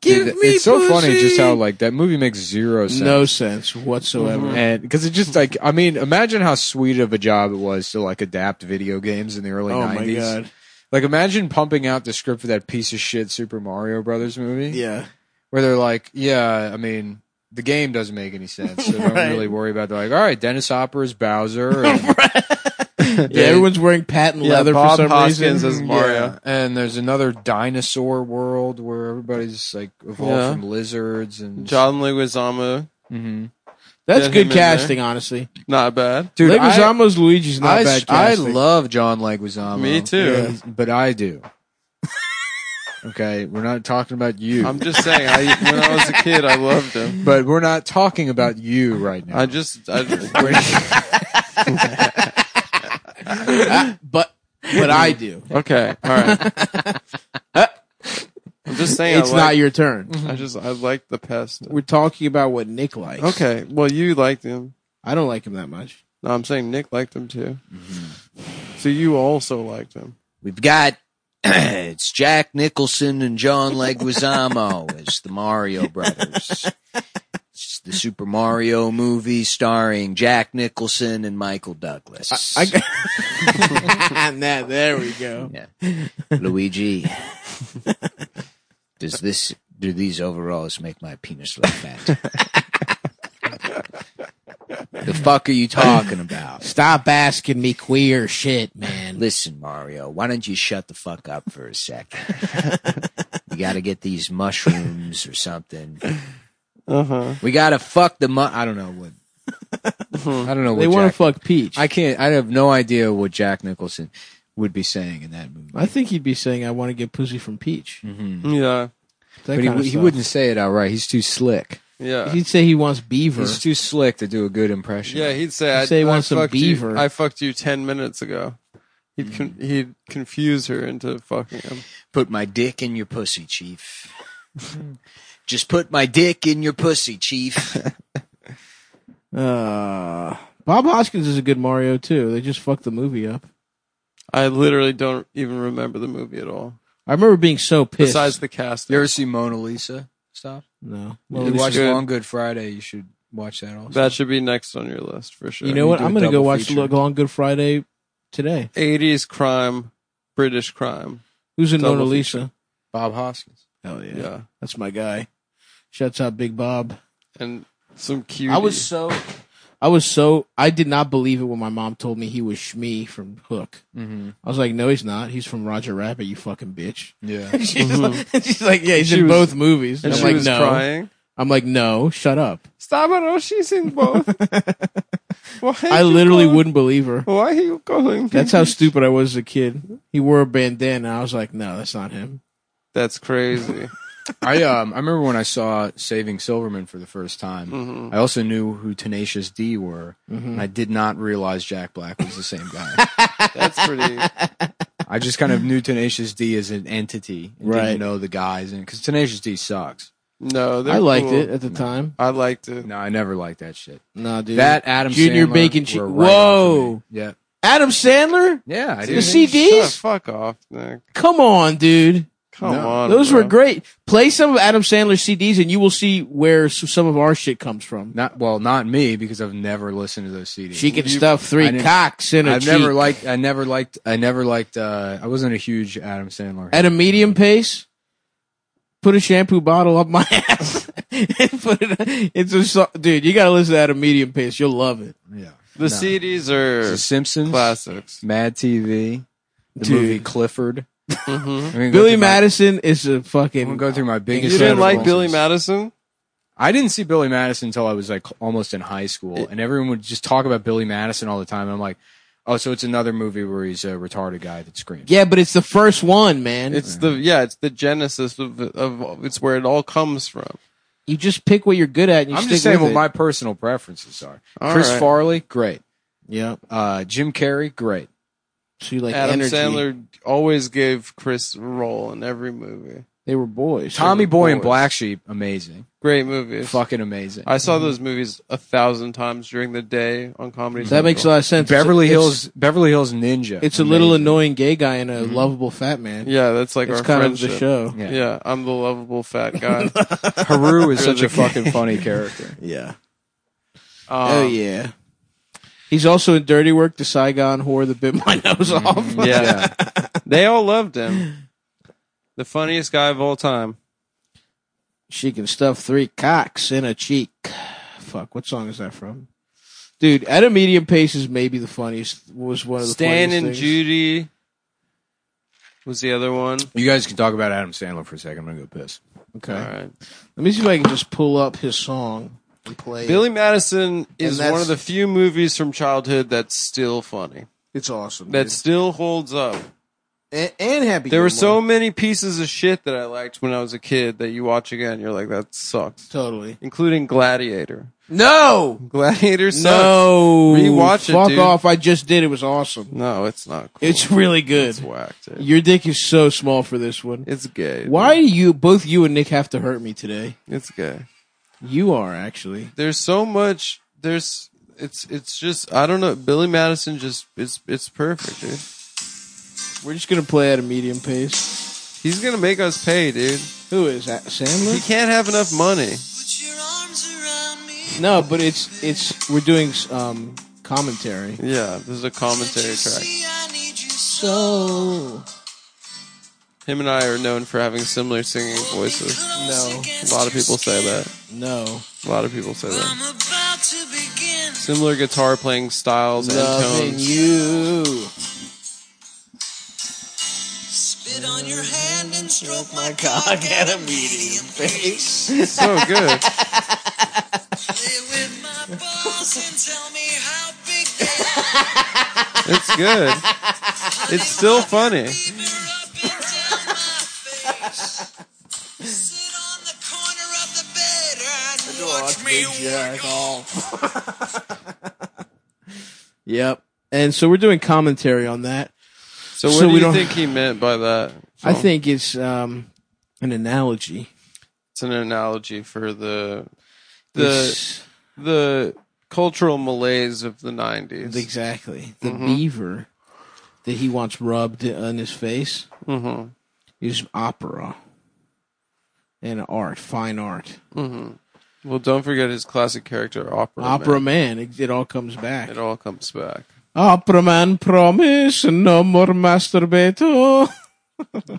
Give Dude, me it's so funny just pussy. how like that movie makes zero sense. Mm-hmm. no sense whatsoever. And because it just like I mean, imagine how sweet of a job it was to like adapt video games in the early oh my nineties. god. Like imagine pumping out the script for that piece of shit Super Mario Brothers movie. Yeah. where they're like, yeah, I mean, the game doesn't make any sense. So don't Right. really worry about. it. They're like, all right, Dennis Hopper is Bowser, and, Yeah, everyone's wearing patent Yeah, leather Bob for some Hoskins reason. is Mario. Yeah, and there's another dinosaur world where everybody's like evolved Yeah. from lizards and John Leguizamo. Mhm. That's Get good him in there. casting, honestly. Not bad. Dude, I, Leguizamo's Luigi's not I, bad I casting. love John Oh, Leguizamo. Me too. Yeah, but I do. okay, we're not talking about you. I'm just saying. I when I was a kid, I loved him. but we're not talking about you right now. I just, I, but but I do. okay, all right. Eh. I'm just saying. It's I not like, your turn. Mm-hmm. I just, I like the pest. We're talking about what Nick likes. Okay, well, you liked him. I don't like him that much. No, I'm saying Nick liked them too. So you also liked them. We've got it's Jack Nicholson and John Leguizamo as the Mario Brothers. It's the Super Mario movie starring Jack Nicholson and Michael Douglas. nah, there we go. Luigi, does this do these overalls make my penis look fat? the fuck are you talking about? Stop asking me queer shit, man. Listen, Mario, why don't you shut the fuck up for a second? we gotta get these mushrooms or something. Uh Uh-huh. huh. We gotta fuck the mu- I don't know what. Hmm. I don't know what They want to Jack- fuck Peach. I can't. I have no idea what Jack Nicholson would be saying in that movie. I think he'd be saying, "I want to get pussy from Peach." Yeah. That But he, kind of he stuff. wouldn't say it outright. He's too slick. Yeah. He'd say he wants beaver. He's too slick to do a good impression. yeah, he'd say, I, say he I wants some fucked you- beaver. I fucked you 10 minutes ago. He'd, con- he'd confuse her into fucking him. Put my dick in your pussy, chief. Just put my dick in your pussy, chief. Uh, Bob Hoskins is a good Mario too. They just fucked the movie up. I literally don't even remember the movie at all. I remember being so pissed. Besides the cast. You ever see Mona Lisa? Stop. no, Well, you it's watch uh, good. Long Good Friday. You should watch that also. That should be next on your list for sure. you know what? do I'm a gonna go double watch feature. Long Good Friday today. 80s crime, British crime. Who's in Double Mona feature. Lisa? Bob Hoskins. Hell yeah. Yeah. that's my guy. Shouts out Big Bob. And some cute. I was so, I was so, I did not believe it when my mom told me he was Shmi from Hook. Mm-hmm. I was like, no, he's not. He's from Roger Rabbit. You fucking bitch. Yeah. She's, like, she's like, yeah, he's Mm-hmm. She in was- both movies. And I'm she like, was no. crying. I'm like, no, shut up. Stop it! Oh, she's in both. Why I you literally calling- wouldn't believe her. Why are you calling? me? That's how stupid I was as a kid. He wore a bandana. I was like, no, that's not him. That's crazy. I um I remember when I saw Saving Silverman for the first time. Mm-hmm. I also knew who Tenacious D were, Mm-hmm. and I did not realize Jack Black was the same guy. That's pretty. I just kind of knew Tenacious D as an entity, and Right. Didn't know the guys, and because Tenacious D sucks. No, they're I liked cool. it at the time. I liked it. No, I never liked that shit. No, dude. That Adam Junior Sandler Bacon were che- right Whoa. off of me. yeah, Adam Sandler? yeah, I The did. C- CDs? Shut the fuck off, Nick. Come on, dude. Come No. on. Those bro. were great. Play some of Adam Sandler's CDs and you will see where s- some of our shit comes from. Not well, not me because I've never listened to those CDs. She can stuff I three didn't- cocks in a I've never cheek. liked. I never liked. I never liked. uh I wasn't a huge Adam Sandler. at a medium pace. Put a shampoo bottle up my ass and put it. It's a so- dude. You gotta listen to at a medium pace. You'll love it. yeah, The CDs are The Simpsons, classics. Mad TV, the movie Clifford. Mm-hmm. I'm gonna go Billy through my- Madison is a I'm fucking. gonna go through my biggest. You didn't Incredible. like influences. Billy Madison? I didn't see Billy Madison until I was like almost in high school, and everyone would just talk about Billy Madison all the time. And I'm like, oh, so it's another movie where he's a retarded guy that screams. yeah, but it's the first one, man. It's the yeah, it's the genesis of, of it's where it all comes from. you just pick what you're good at. and you I'm stick just saying with what my it. personal preferences are. All Chris right. Farley, great. Yeah. Uh, Jim Carrey, great. So you like Adam energy. Sandler always gave Chris a role in every movie. They were boys. Tommy Boy and boys. Black Sheep, amazing, Great movies. fucking amazing. I Mm-hmm. saw those movies a thousand times during the day on comedy. That makes a lot of sense. It's a- Beverly it's- Hills, Beverly Hills Ninja. It's, a little amazing. Mm-hmm. annoying gay guy and a lovable fat man. Yeah, that's like it's our kind friendship. of the show. Yeah. Yeah. I'm the lovable fat guy. Um, Haru is such the a fucking funny character. Yeah. Um, Oh yeah. He's also in Dirty Work, The Saigon Whore, The Bit My Nose Off. Mm-hmm. yeah. they all loved him. The funniest guy of all time. She can stuff three cocks in a cheek. Fuck, what song is that from? Dude, at a medium pace is maybe the funniest. Was one of the Stan funniest and things. Judy was the other one. You guys can talk about Adam Sandler for a second. I'm gonna go piss. Okay, All right. let me see if I can just pull up his song and play. it. Billy Madison is that's- one of the few movies from childhood that's still funny. it's awesome. That That's still holds up. and, and happy. There were so Gilmore. many pieces of shit that I liked when I was a kid that you watch again, you're like, that sucks. totally Including Gladiator. no, Gladiator sucks. no. Rewatch it, Fuck dude. off! I just did. It was awesome. No, it's not cool. It's really good. It's whack, dude. Your dick is so small for this one. It's gay. dude. Why do you both you and Nick have to hurt me today? It's gay. You are actually. There's so much. There's it's it's just I don't know. Billy Madison just it's it's perfect, dude. We're just gonna play at a medium pace. He's gonna make us pay, dude. Who is that? He Sandler? can't have enough money. No, but it's it's we're doing um commentary. Yeah, this is a commentary track. So Him and I are known for having similar singing voices. no, A lot of people say that. no, A lot of people say that. Similar guitar playing styles and loving tones. you. Oh My cock had a medium It's so good. It's good. It's still funny. Yep. And so we're doing commentary on that. So what So do we you don't- think he meant by that? I think it's um an analogy. it's an analogy for the the It's- the cultural malaise of the nineties. exactly the beaver that he wants rubbed on his face hmm Mm-hmm. is opera and art, fine art. Well, don't forget his classic character, Opera. Opera Man. man, It, it all comes back. It all comes back, Opera man, promise no more masturbato.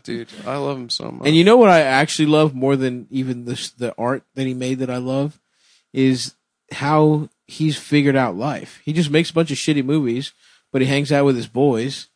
dude. I love him so much. And you know what I actually love more than even this the art that he made that I love is how he's figured out life. He just makes a bunch of shitty movies, but he hangs out with his boys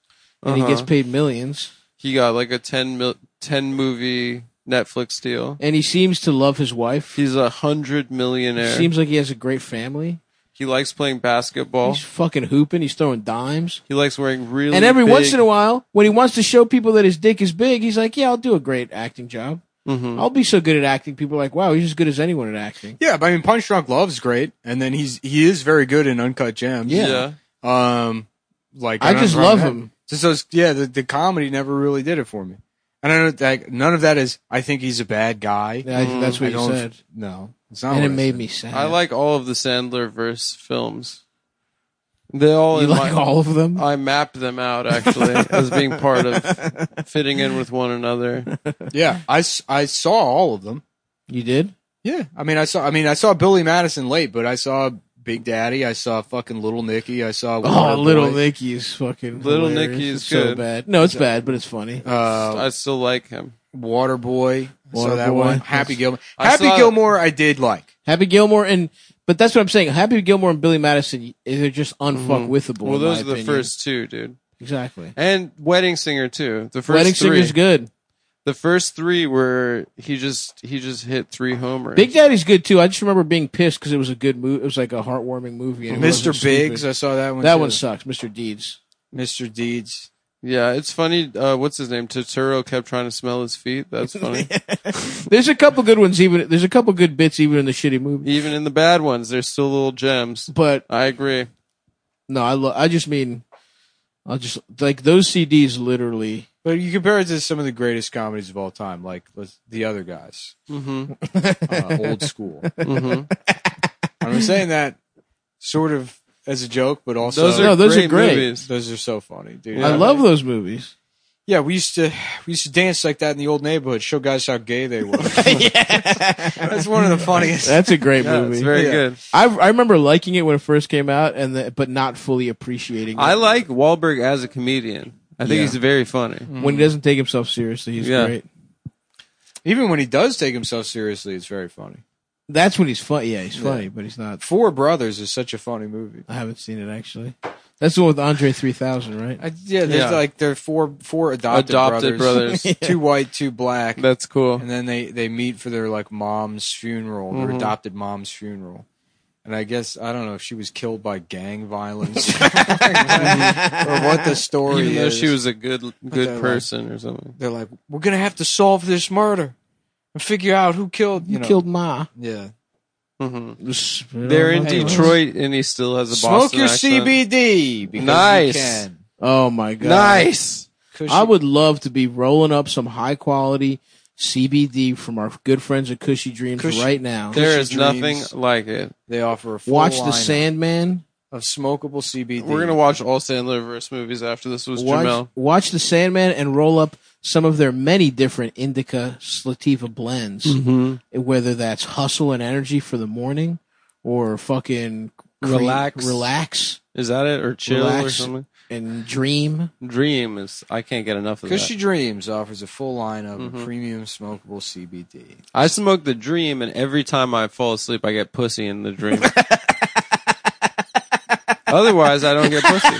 and he Uh-huh. gets paid millions he got like a 10, mil- 10 movie Netflix deal. and he seems to love his wife. He's a hundred He millionaire. seems like he has a great family. he likes playing basketball. He's fucking hooping, he's throwing dimes. He likes wearing really And every once in a while, while, when he wants to show people that his dick is big, he's like, "Yeah, I'll do a great acting job. Mm-hmm. I'll be so good at acting." People are like, "Wow, he's as good as anyone at acting." Yeah, but I mean, Punch Drunk Love's great, and then he's he is very good in Uncut Gems. yeah. Um, like I don't just know if love I'm- him. Just those, yeah. The, the comedy never really did it for me, and I don't like none of that is. I think he's a bad guy. Yeah, I think that's Mm, I what he don't- said, No, it's not. and what it I made said. me sad. I like all of the Sandler verse films. They all you in like my, all of them. I mapped them out actually as being part of fitting in with one another. Yeah, I, s- I saw all of them. You did? Yeah, I mean, I saw. I mean, I saw Billy Madison late, but I saw Big Daddy. I saw fucking Little Nicky. I saw Oh, Waterboy. Little Nicky is fucking Little hilarious. Nicky is It's so good. bad. No, it's bad, but it's funny. Uh, I still like him. Waterboy. Saw that Waterboy. one. Happy That's- Gilmore. I Happy saw- Gilmore. I did like. Happy Gilmore and but that's what I'm saying. Happy Gilmore and Billy Madison they're just unfuckwithable. Mm-hmm. Well, in those my are the opinion. first two, dude. exactly. And Wedding Singer too. The first Wedding three. Singer's good. The first three were he just he just hit three homers. Big Daddy's good too. I just remember being pissed because it was a good movie. It was like a heartwarming movie. And it wasn't Mr. Biggs. stupid. I saw that one. That too. one sucks. Mr. Deeds. Mr. Deeds. yeah, it's funny. Uh, what's his name? Totoro kept trying to smell his feet. That's funny. There's a couple good ones. Even there's a couple good bits even in the shitty movie. Even in the bad ones, there's still little gems. But I agree. no, I lo- I just mean, I just like those CDs literally. But you compare it to some of the greatest comedies of all time, like let's- the other guys, hmm uh, old school. hmm And I'm saying that sort of as a joke, but also Those are No, those are great great. movies. those are so funny, dude. Yeah. I love those movies. Yeah, we used to we used to dance like that in the old neighborhood, show guys how gay they were. That's one of the funniest. That's a great Yeah, movie. it's very Yeah. good. I I remember liking it when it first came out, and the, but not fully appreciating. it. I like Wahlberg as a comedian. I think Yeah. he's very funny. Mm-hmm. when he doesn't take himself seriously. He's Yeah. great. Even when he does take himself seriously, it's very funny. That's when he's funny. Yeah, he's funny, but he's not. Four Brothers is such a funny movie. I haven't seen it actually. That's the one with Andre three thousand, right? I, yeah, there's Yeah. like there are four four adopted, Adopted brothers, brothers. two white, two black, That's cool. and then they they meet for their like mom's funeral, their Mhm. adopted mom's funeral. And I guess I don't know if she was killed by gang violence or what the story Even though is. she was a good they're good like- person or something. they're like, we're gonna have to solve this murder and figure out who killed you you know. killed Ma. Yeah, hmm They're They're in Detroit, and he still has a smoke Boston your accent. CBD. Because Nice. you can. Oh my god! Nice. Cushy- I would love to be rolling up some high quality CBD from our good friends at Cushy Dreams Cushy- right now. Cushy- There is dreams. nothing like it. They offer a full Watch the lineup. Sandman. of smokable CBD. We're gonna watch all Sandler verse movies after this was Watch, Jamel. watch the Sandman and roll up some of their many different indica sativa blends, Mm. Mm-hmm. whether that's hustle and energy for the morning or fucking cream- Relax. relax Is that it or chill or Relax. something? and dream. Dream is. I can't get enough of that. Mm-hmm. Cushy Dreams offers a full lineup of premium smokable CBD. I smoke the dream, and every time I fall asleep, I get pussy in the dream. Otherwise, I don't get pussy.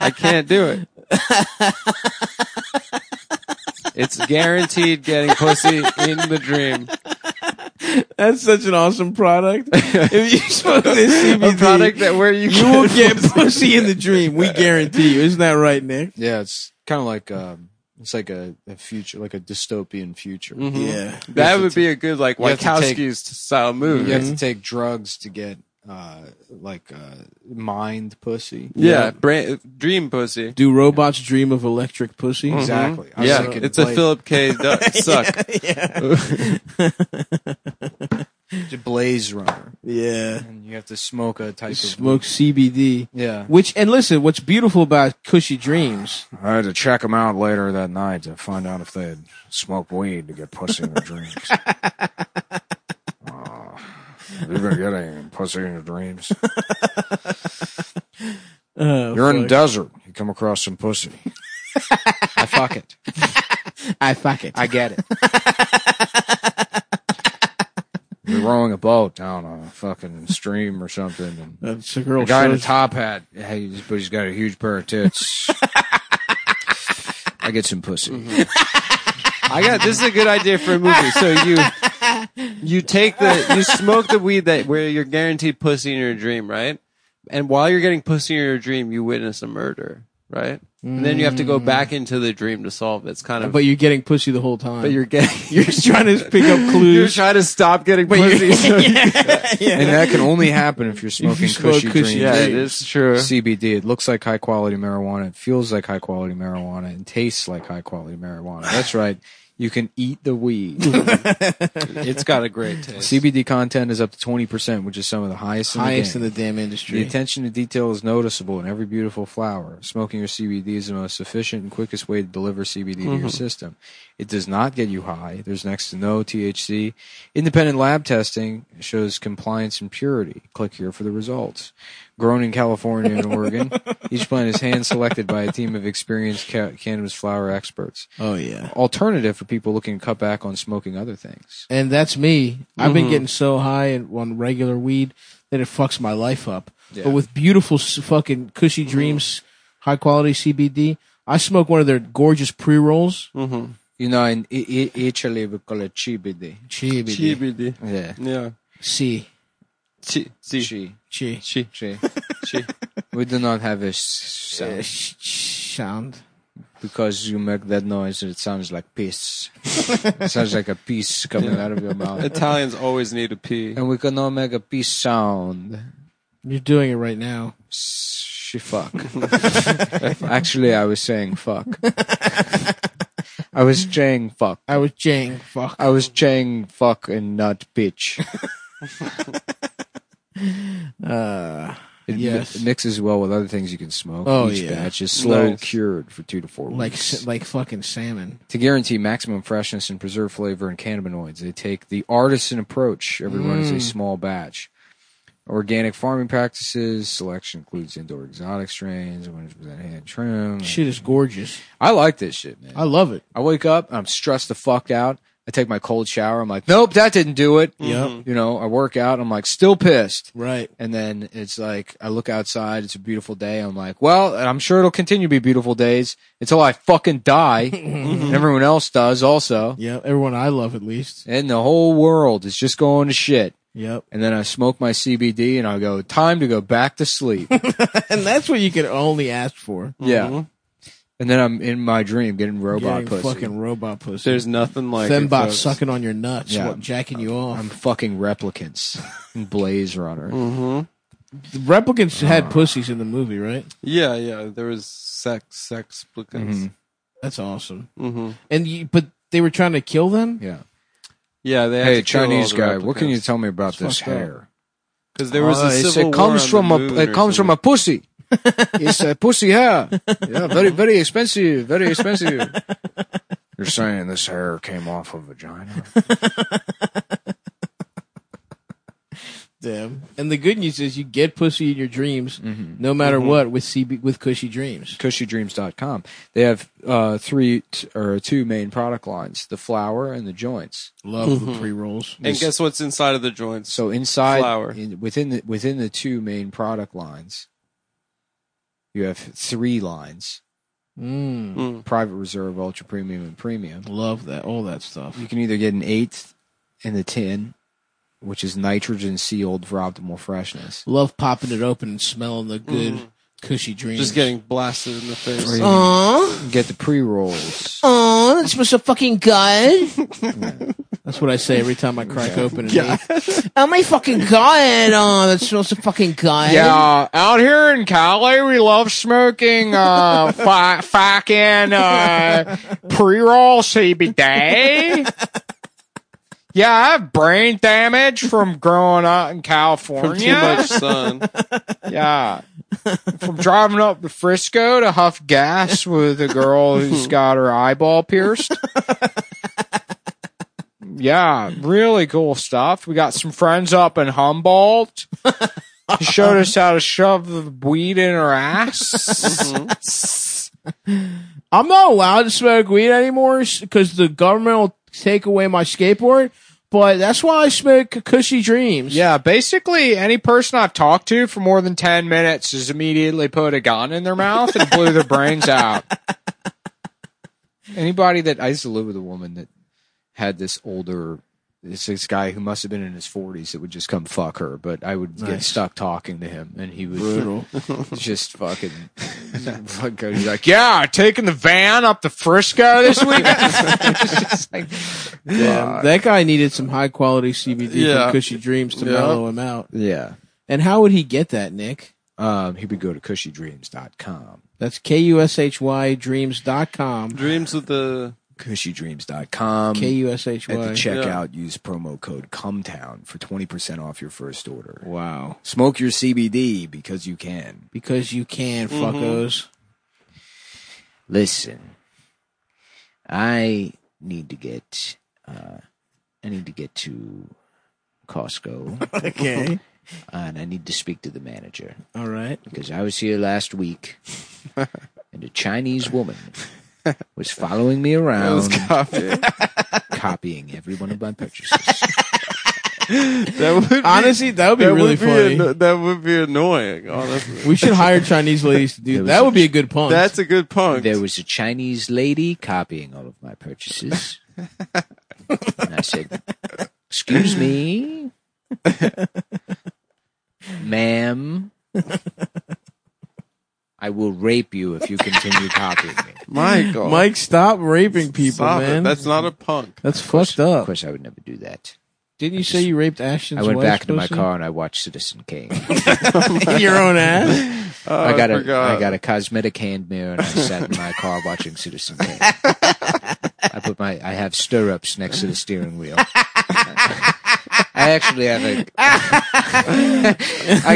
I can't do it. It's guaranteed getting pussy in the dream. That's such an awesome product. if you smoke this A CBD, product that where you you will get pussy in the dream. We guarantee you. Isn't that right, Nick? Yeah, it's kind of like um, it's like a, a future, like a dystopian future. Mm-hmm. Yeah. that would be a good like You have to take- Wachowski's style move. You have to take drugs to get uh, like uh, mind pussy. Yeah, brain, dream pussy. Do robots dream of electric pussy? Exactly. I was Yeah, thinking, it's a like, Philip K. Duck, suck. it's a blaze runner, Yeah. and you have to smoke a type Smoke CBD. of yeah. Which and listen, what's beautiful about Cushy Dreams? I had to check them out later that night to find out if they had smoked weed to get pussy in their dreams. Oh, you've been getting pussy in your dreams. Oh, You're in the fuck. desert. You come across some pussy. I fuck it. I fuck it. I get it. You're rowing a boat down a fucking stream or something, and That's a girl. The guy in a shows- top hat, hey, he's- but he's got a huge pair of tits. I get some pussy. I got this is a good idea for a movie. So you you take the you smoke the weed that where you're guaranteed pussy in your dream, right? And while you're getting pussy in your dream, you witness a murder, right? And then you have to go back into the dream to solve it. It's kind of But you're getting pussy the whole time. but you're getting you're just trying to pick up you're clues. trying to stop getting pussy. so- And that can only happen if you're smoking If you smoke cushy, Cushy dreams. yeah, it is true. CBD. It looks like high quality marijuana. It feels like high quality marijuana and tastes like high quality marijuana. That's right. You can eat the weed. It's got a great taste. CBD content is up to 20%, which is some of the highest in highest the in game. the damn industry. the attention to detail is noticeable in every beautiful flower. Smoking your CBD is the most efficient and quickest way to deliver CBD to your system. It does not get you high. There's next to no THC. Independent lab testing shows compliance and purity. Click here for the results. Grown in California and Oregon, each plant is hand selected by a team of experienced ca- cannabis flower experts. oh yeah. Alternative for people looking to cut back on smoking other things. And that's me. I've been getting so high and- on regular weed that it fucks my life up. But with beautiful s- fucking Cushy Dreams, high quality CBD, I smoke one of their gorgeous pre rolls. You know, in I- I- Italy we call it CBD. CBD. CBD. Yeah. Yeah. C. Chi- chi- She. G. chi- She. chi. We do not have a s- sound Sh- sh- Sound. because you make that noise. It sounds like piss. it sounds like a piece coming out of your mouth. Italians always need a pee. And we cannot make a piece sound. You're doing it right now. She fuck. Actually, I was saying fuck. I was saying fuck. I was jang. Fuck. I was saying fuck and not bitch. Uh, It mi- Yes. mixes well with other things you can smoke. Oh, Each yeah. batch is slow Nice. cured for two to four like weeks. s- like fucking salmon. To guarantee maximum freshness and preserve flavor and cannabinoids, they take the artisan approach. Every run is a small batch. Organic farming practices. Selection includes indoor exotic strains, 100% hand trim. Shit is gorgeous. I like this shit, man. I love it. I wake up, I'm stressed the fuck out. I take my cold shower. I'm like, nope, that didn't do it. Yep. Mm-hmm. You know, I work out. I'm like, still pissed. Right. And then it's like, I look outside. It's a beautiful day. I'm like, well, I'm sure it'll continue to be beautiful days until I fucking die. and everyone else does also Yep. Everyone I love at least. and the whole world is just going to shit. Yep. And then I smoke my CBD and I go, time to go back to sleep. And that's what you can only ask for. yeah. And then I'm in my dream getting robot Getting pussy. Fucfucking robot pussy. There's nothing like it, Fembot folks. sucking on your nuts, Yeah. what- jacking you off. I'm fucking replicants in Blaze Runner. Mm. Mm-hmm. the replicants had pussies in the movie, right? Yeah, yeah. There was sex, sex applicants. That's awesome. Mhm. And you, but they were trying to kill them. Yeah. Yeah, they had Hey, to kill all Chinese the guy, what can you replicants. tell me about It's this fucked up. hair? because there was a Uh, it's- civil it war comes on from the a moon it or comes from a pussy. it's a pussy hair. Yeah, very very expensive. Very expensive. You're saying this hair came off a vagina? Damn. And the good news is you get pussy in your dreams, no matter what, with CB with cushy dreams. cushydreams.com. They have uh, three t- or two main product lines: the flour and the joints. Love the pre rolls. something. And guess what's inside of the joints? So inside, Flour. in- within the within the two main product lines, you have three lines: Mm, Mm. private reserve, ultra premium, and premium. love that. All that stuff. You can either get an eighth and the tin, which is nitrogen sealed for optimal freshness. Love popping it open and smelling the good cushy dreams. Just getting blasted in the Or face. you can Aw, get the pre rolls. aw, that smells so fucking good. That's what I say every time I crack open an eighth. Oh my fucking god! Oh, that smells so fucking good. Yeah, out here in Cali, we love smoking uh, fi- fucking uh, pre-roll CBD. Yeah, I have brain damage from growing up in From too California. much sun. Yeah, from driving up to Frisco to huff gas with a girl who's got her eyeball pierced. Yeah, really cool stuff. We got some friends up in Humboldt. They showed us how to shove the weed in her ass. I'm not allowed to smoke weed anymore because the government will take away my skateboard. But that's why I smoke cushy dreams. yeah, basically, any person I've talked to for more than 10 minutes has immediately put a gun in their mouth and blew their brains out. Anybody that I used to live with a woman that had this older. It's this guy who must have been in his 40s that would just come fuck her, but I would get stuck talking to him, and he would just fucking, fucking he's like, yeah, taking the van up to Frisco this week. Damn, that guy needed some high quality CBD Yeah. from Cushy Dreams to Yeah. mellow him out. yeah. And how would he get that, Nick? Um, he would go to cushydreams.com. That's K U S H Y dreams.com. Dreams with the Cushydreams.com. K U S H At the Y. checkout, use promo code CUMTOWN for 20% off your first order. Wow. Smoke your CBD because you can. Because you can, Mm-hmm. fuckos. Listen, I need to get uh, I need to get to Costco, Okay. and I need to speak to the manager All right. because I was here last week, and a Chinese woman was following me around, copying every one of my purchases. that would Honestly, that would be that really would be funny. anno- that would be annoying. Honestly, we should hire Chinese ladies to do was that. a- Would be a good punk. that's a good punk. There was a Chinese lady copying all of my purchases, and I said, "Excuse me, ma'am." I will rape you if you continue copying me. Michael, Mike, stop raping people, stop man. it. That's not a punk. That's fucked up. Of course, I would never do that. Didn't you say you raped Ashton's I went wife, back to my pussy? car and I watched Citizen Kane. In your own ass? Oh, I got I a forgot. I got a cosmetic hand mirror and I sat in my car watching Citizen Kane. I put my I have stirrups next to the steering wheel. I actually have a I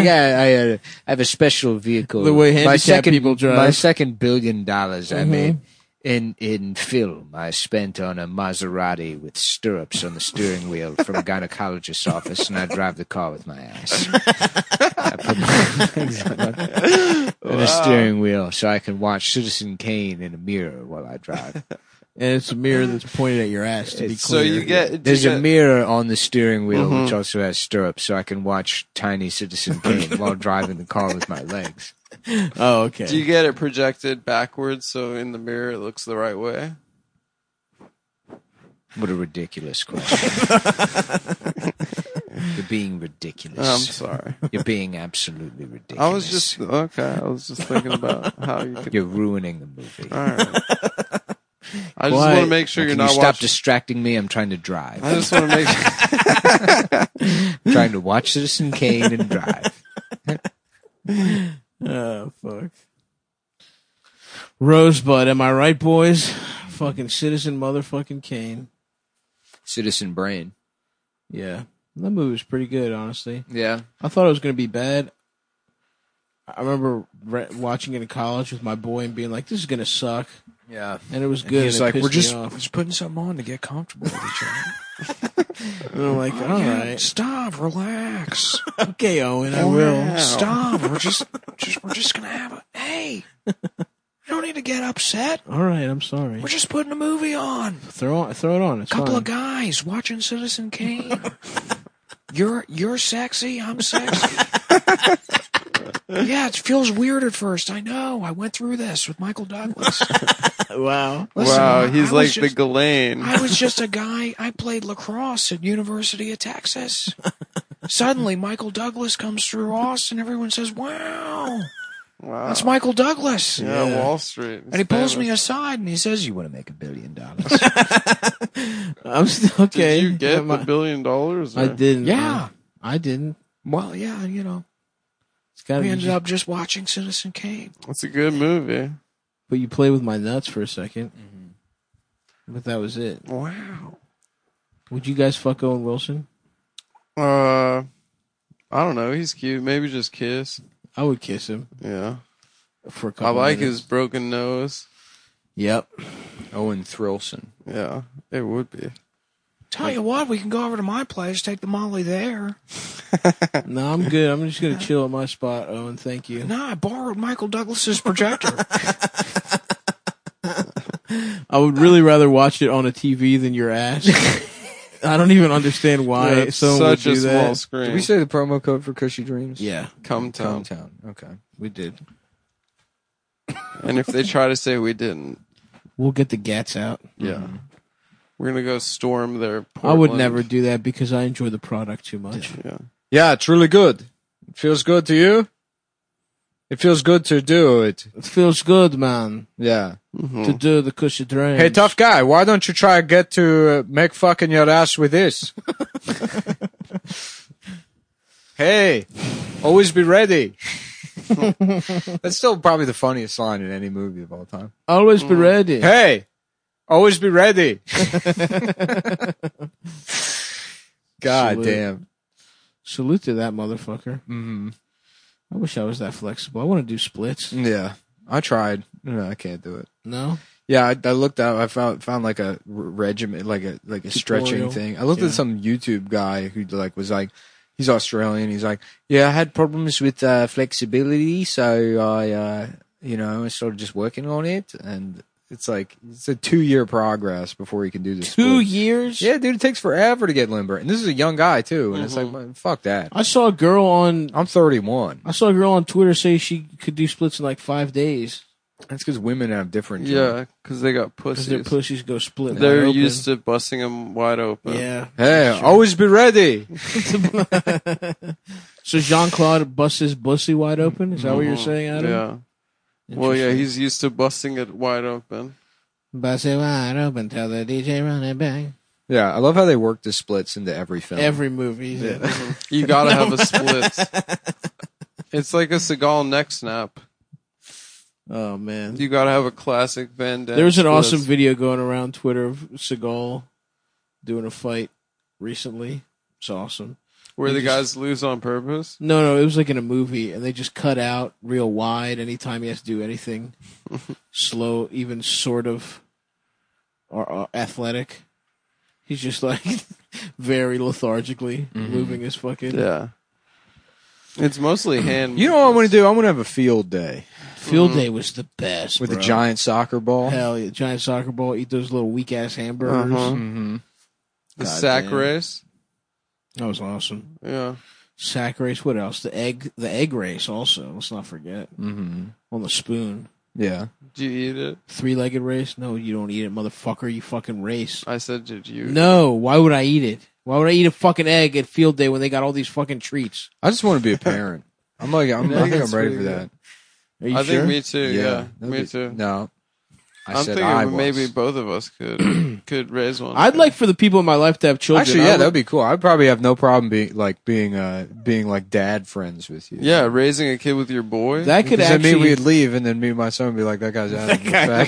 got I, uh, I have a special vehicle. The way my handicapped second, people drive. Mm-hmm. My second billion dollars I made in in film I spent on a Maserati with stirrups on the steering wheel from a gynecologist's office, and I drive the car with my ass. I put my legs on a- on a steering wheel so I can watch Citizen Kane in a mirror while I drive. And it's a mirror that's pointed at your ass, to be clear. So you get There's you a get- mirror on the steering wheel Mm-hmm. which also has stirrups so I can watch Tiny Citizen Kane while driving the car with my legs. Oh, okay. Do you get it projected backwards so in the mirror it looks the right way? What a ridiculous question. You're being ridiculous. I'm sorry. You're being absolutely ridiculous. I was just okay. I was just thinking about how you could. You're ruining the movie. All right. I just Why? want to make sure you're Can not you stop watching. distracting me? I'm trying to drive. I just want to make. I'm trying to watch Citizen Kane and drive. Oh, fuck. Rosebud, am I right, boys? Fucking citizen motherfucking Kane. Citizen Brain. Yeah. That movie was pretty good, honestly. Yeah. I thought it was going to be bad. I remember re- watching it in college with my boy and being like, "This is going to suck," Yeah. and it was good. He's and it like, pissed we're me just, we're off." just putting something on to get comfortable with each other. And I'm like, "All right, Stop, relax. okay, Owen, Oh, I will." Stop. We're just, just, we're just gonna have a. Hey, you don't need to get upset. All right, I'm sorry. We're just putting a movie on. Throw on, throw it on. It's A couple fine. of guys watching Citizen Kane. you're, you're sexy. I'm sexy. yeah, it feels weird at first. I know. I went through this with Michael Douglas. wow. Listen, wow, I- I he's was like just- the Ghislaine. I was just a guy. I played lacrosse at University of Texas. Suddenly, Michael Douglas comes through Austin. Everyone says, "Wow, Wow. that's Michael Douglas." yeah, Wall Street. And he pulls me aside and he says, "You want to make a billion dollars?" I'm still okay. Did you get Am I- the billion dollars? I or- didn't. yeah. I didn't. Well, yeah, you know, It's got to we be. ended just- up just watching Citizen Kane. It's a good movie. But you play with my nuts for a 2nd But that was it. Wow. Would you guys fuck Owen Wilson? Uh, I don't know. He's cute. Maybe just kiss. I would kiss him Yeah. for a couple. I like minutes. his broken nose. Yep. Owen Thrilson. Yeah, it would be. Tell you what, we can go over to my place, take the Molly there. No, I'm good. I'm just gonna chill at my spot, Owen. Thank you. No, I borrowed Michael Douglas's projector. I would really rather watch it on a TV than your ass. I don't even understand why Yeah, it's someone would such do a small that. screen. say the promo code for Cushy Dreams? Yeah, Come Tom. Town. Okay. we did. And if they try to say we didn't, We'll get the gats out. yeah, we're gonna go storm their. I would Portland. never do that because I enjoy the product too much. Yeah. Yeah, it's really good. It feels good to you? It feels good to do it. It feels good, man, Yeah. to do the cushy drain. Hey, tough guy, why don't you try to get to uh, make fucking your ass with this? hey, always be ready. That's still probably the funniest line in any movie of all time. Always be ready. Hey, always be ready. God Salute. damn. Salute to that motherfucker. Mm-hmm. hmm I wish I was that flexible. I want to do splits. Yeah, I tried. No, I can't do it. No, Yeah, I, I looked up. I found found like a r- regimen, like a like a stretching Tutorial. thing. I looked Yeah. at some YouTube guy who like was like, he's Australian. He's like, yeah, I had problems with uh, flexibility, so I, uh, you know, I started just working on it, and it's like it's a two year progress before you can do this. two years. Yeah, dude, it takes forever to get limber, and this is a young guy too. And it's like, man, fuck that. Mm-hmm. I saw a girl on. I'm 31. I saw a girl on Twitter say she could do splits in like five days That's because women have different. Yeah, because they got because pussies. their pussies go split. They're used to busting them wide open. Yeah. Hey, always be ready. So Jean Claude busts his pussy wide open. Is that what you're saying, Adam? Mm-hmm. Yeah. Well, yeah, he's used to busting it wide open. bust it wide open. Tell the DJ run it back. Yeah, I love how they work the splits into every film. Every movie. he's in. You gotta have a split. it's like a Seagal neck snap. Oh man. You gotta have a classic Van Damme. There was an split. awesome video going around Twitter of Seagal doing a fight recently. It's awesome. where the you just- guys lose on purpose. No, no, it was like in a movie, and they just cut out real wide anytime he has to do anything slow, even sort of or, or athletic. He's just like very lethargically moving his fucking Yeah. It's mostly hand. You know what I'm going to do? I'm going to have a field day field day was the best with a bro. giant soccer ball. hell yeah, giant soccer ball. Eat those little weak ass hamburgers. Uh-huh. Mm-hmm. the God sack damn. race. That was awesome. Yeah. Sack race. What else? The egg. The egg race. Also, let's not forget Mm-hmm. on the spoon. Yeah. Did you eat it? Three legged race. No, you don't eat it, motherfucker. You fucking race. I said, did you? No, why would I eat it? Why would I eat a fucking egg at field day when they got all these fucking treats? I just want to be a parent. I'm like, I'm, I think I'm ready for that. Are you I sure? think me too. Yeah, that'd me be- too. No. I I'm said thinking I was. maybe both of us could could raise one. I'd like for the people in my life to have children. Actually, I yeah, would- that would be cool. I'd probably have no problem being like being uh being like dad friends with you. yeah, raising a kid with your boy. that could Because then actually me we'd leave, and then me and my son would be like, "That guy's out of the back."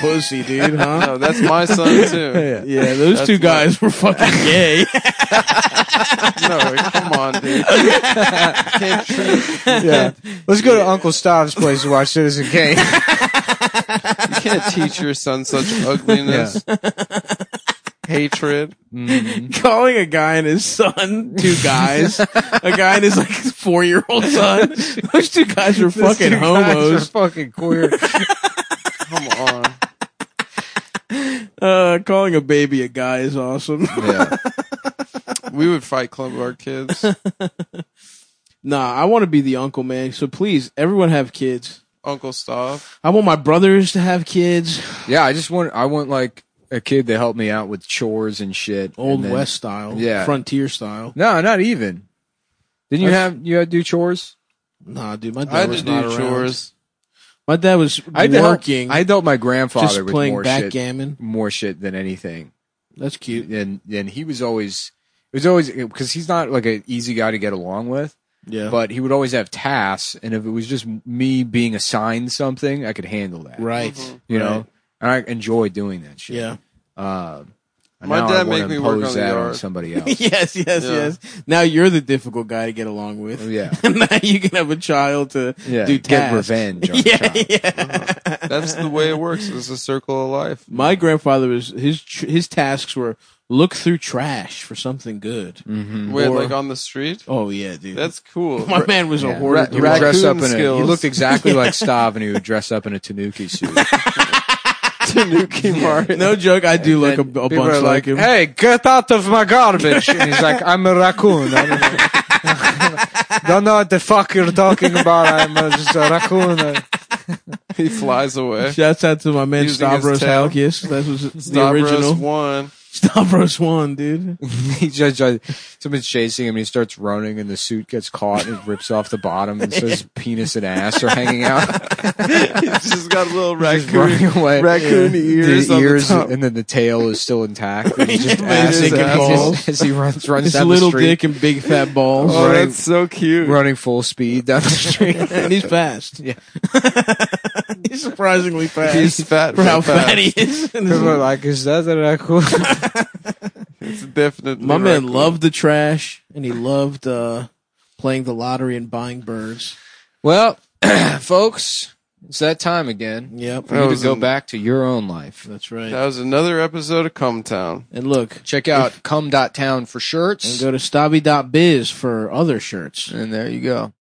pussy, dude, huh? no, that's my son too. yeah. Yeah, those That's two my- guys were fucking gay. No, come on, dude. Can't treat, yeah, let's go to Uncle Stav's place to watch Citizen Kane. you can't teach your son such ugliness, hatred. Calling a guy and his son, two guys, a guy and his like four year old son. Those two guys were fucking homos. fucking queer. Come on. Uh, calling a baby a guy is awesome. yeah. We would fight club our kids. nah, I want to be the uncle, man. So please, everyone have kids. Uncle Stav. I want my brothers to have kids. yeah, I just want I want like a kid to help me out with chores and shit. Old and then- West style. yeah. Frontier style. No, not even. Didn't you have you had to do chores? Nah, dude, my dad I had was to not do around. chores. My dad was I had to help- working, I dealt my grandfather just with playing more shit, backgammon. more shit than anything. That's cute. and and he was always it was always because he's not like an easy guy to get along with Yeah. but he would always have tasks and if it was just me being assigned something i could handle that right. you know right. and i enjoy doing that shit Yeah. um and My now I dad wanna make me work impose on the that on yard. somebody else yes, yes, yes. Now you're the difficult guy to get along with. yeah now you can have a child to yeah do get tasks. revenge on yeah, yeah, child. yeah. That's the way it works. It's a circle of life. My grandfather was his tr- his tasks were look through trash for something good. Mm-hmm. Wait, Mm. Or- like on the street? Oh yeah, dude. That's cool. my man was a Yeah. hoarder. Ra- he would dude. raccoon dress up in a, he skills. looked exactly like Stav and he would dress up in a tanuki suit. Tanuki Mart. no joke. I do look a, And a bunch people are like, like, him. Hey, get out of my garbage! and he's like, I'm a raccoon. I don't know, don't know what the fuck you're talking about. I'm uh, just a raccoon. He flies away. Shouts out to my man Using his Stavros tail. Halkias. That was the Stavros original won. Stavros one, dude. he just, just someone's chasing him, and he starts running, and the suit gets caught, and it rips off the bottom, and so his penis and ass are hanging out, He's just got a little just raccoon. running away. Raccoon ears, the on the ears top. and then the tail is still intact. and he's just Yeah, ass his hanging out asshole. as- as he runs runs His down little the street, dick and big fat balls. Oh, running- that's so cute. running full speed down the street. and he's fast. Yeah. he's surprisingly fast. He's fat. for how fast. fat he is. And his- People are like, is that a raccoon? It's definitely My man raccoon. loved the trash, and he loved uh, playing the lottery and buying birds. Well, folks, it's that time again. Yep, For you was to go an- back to your own life. that's right. That was another episode of Come Town. And look, Check out cum.town for and shirts. go to stabby.biz for other shirts. And there you go.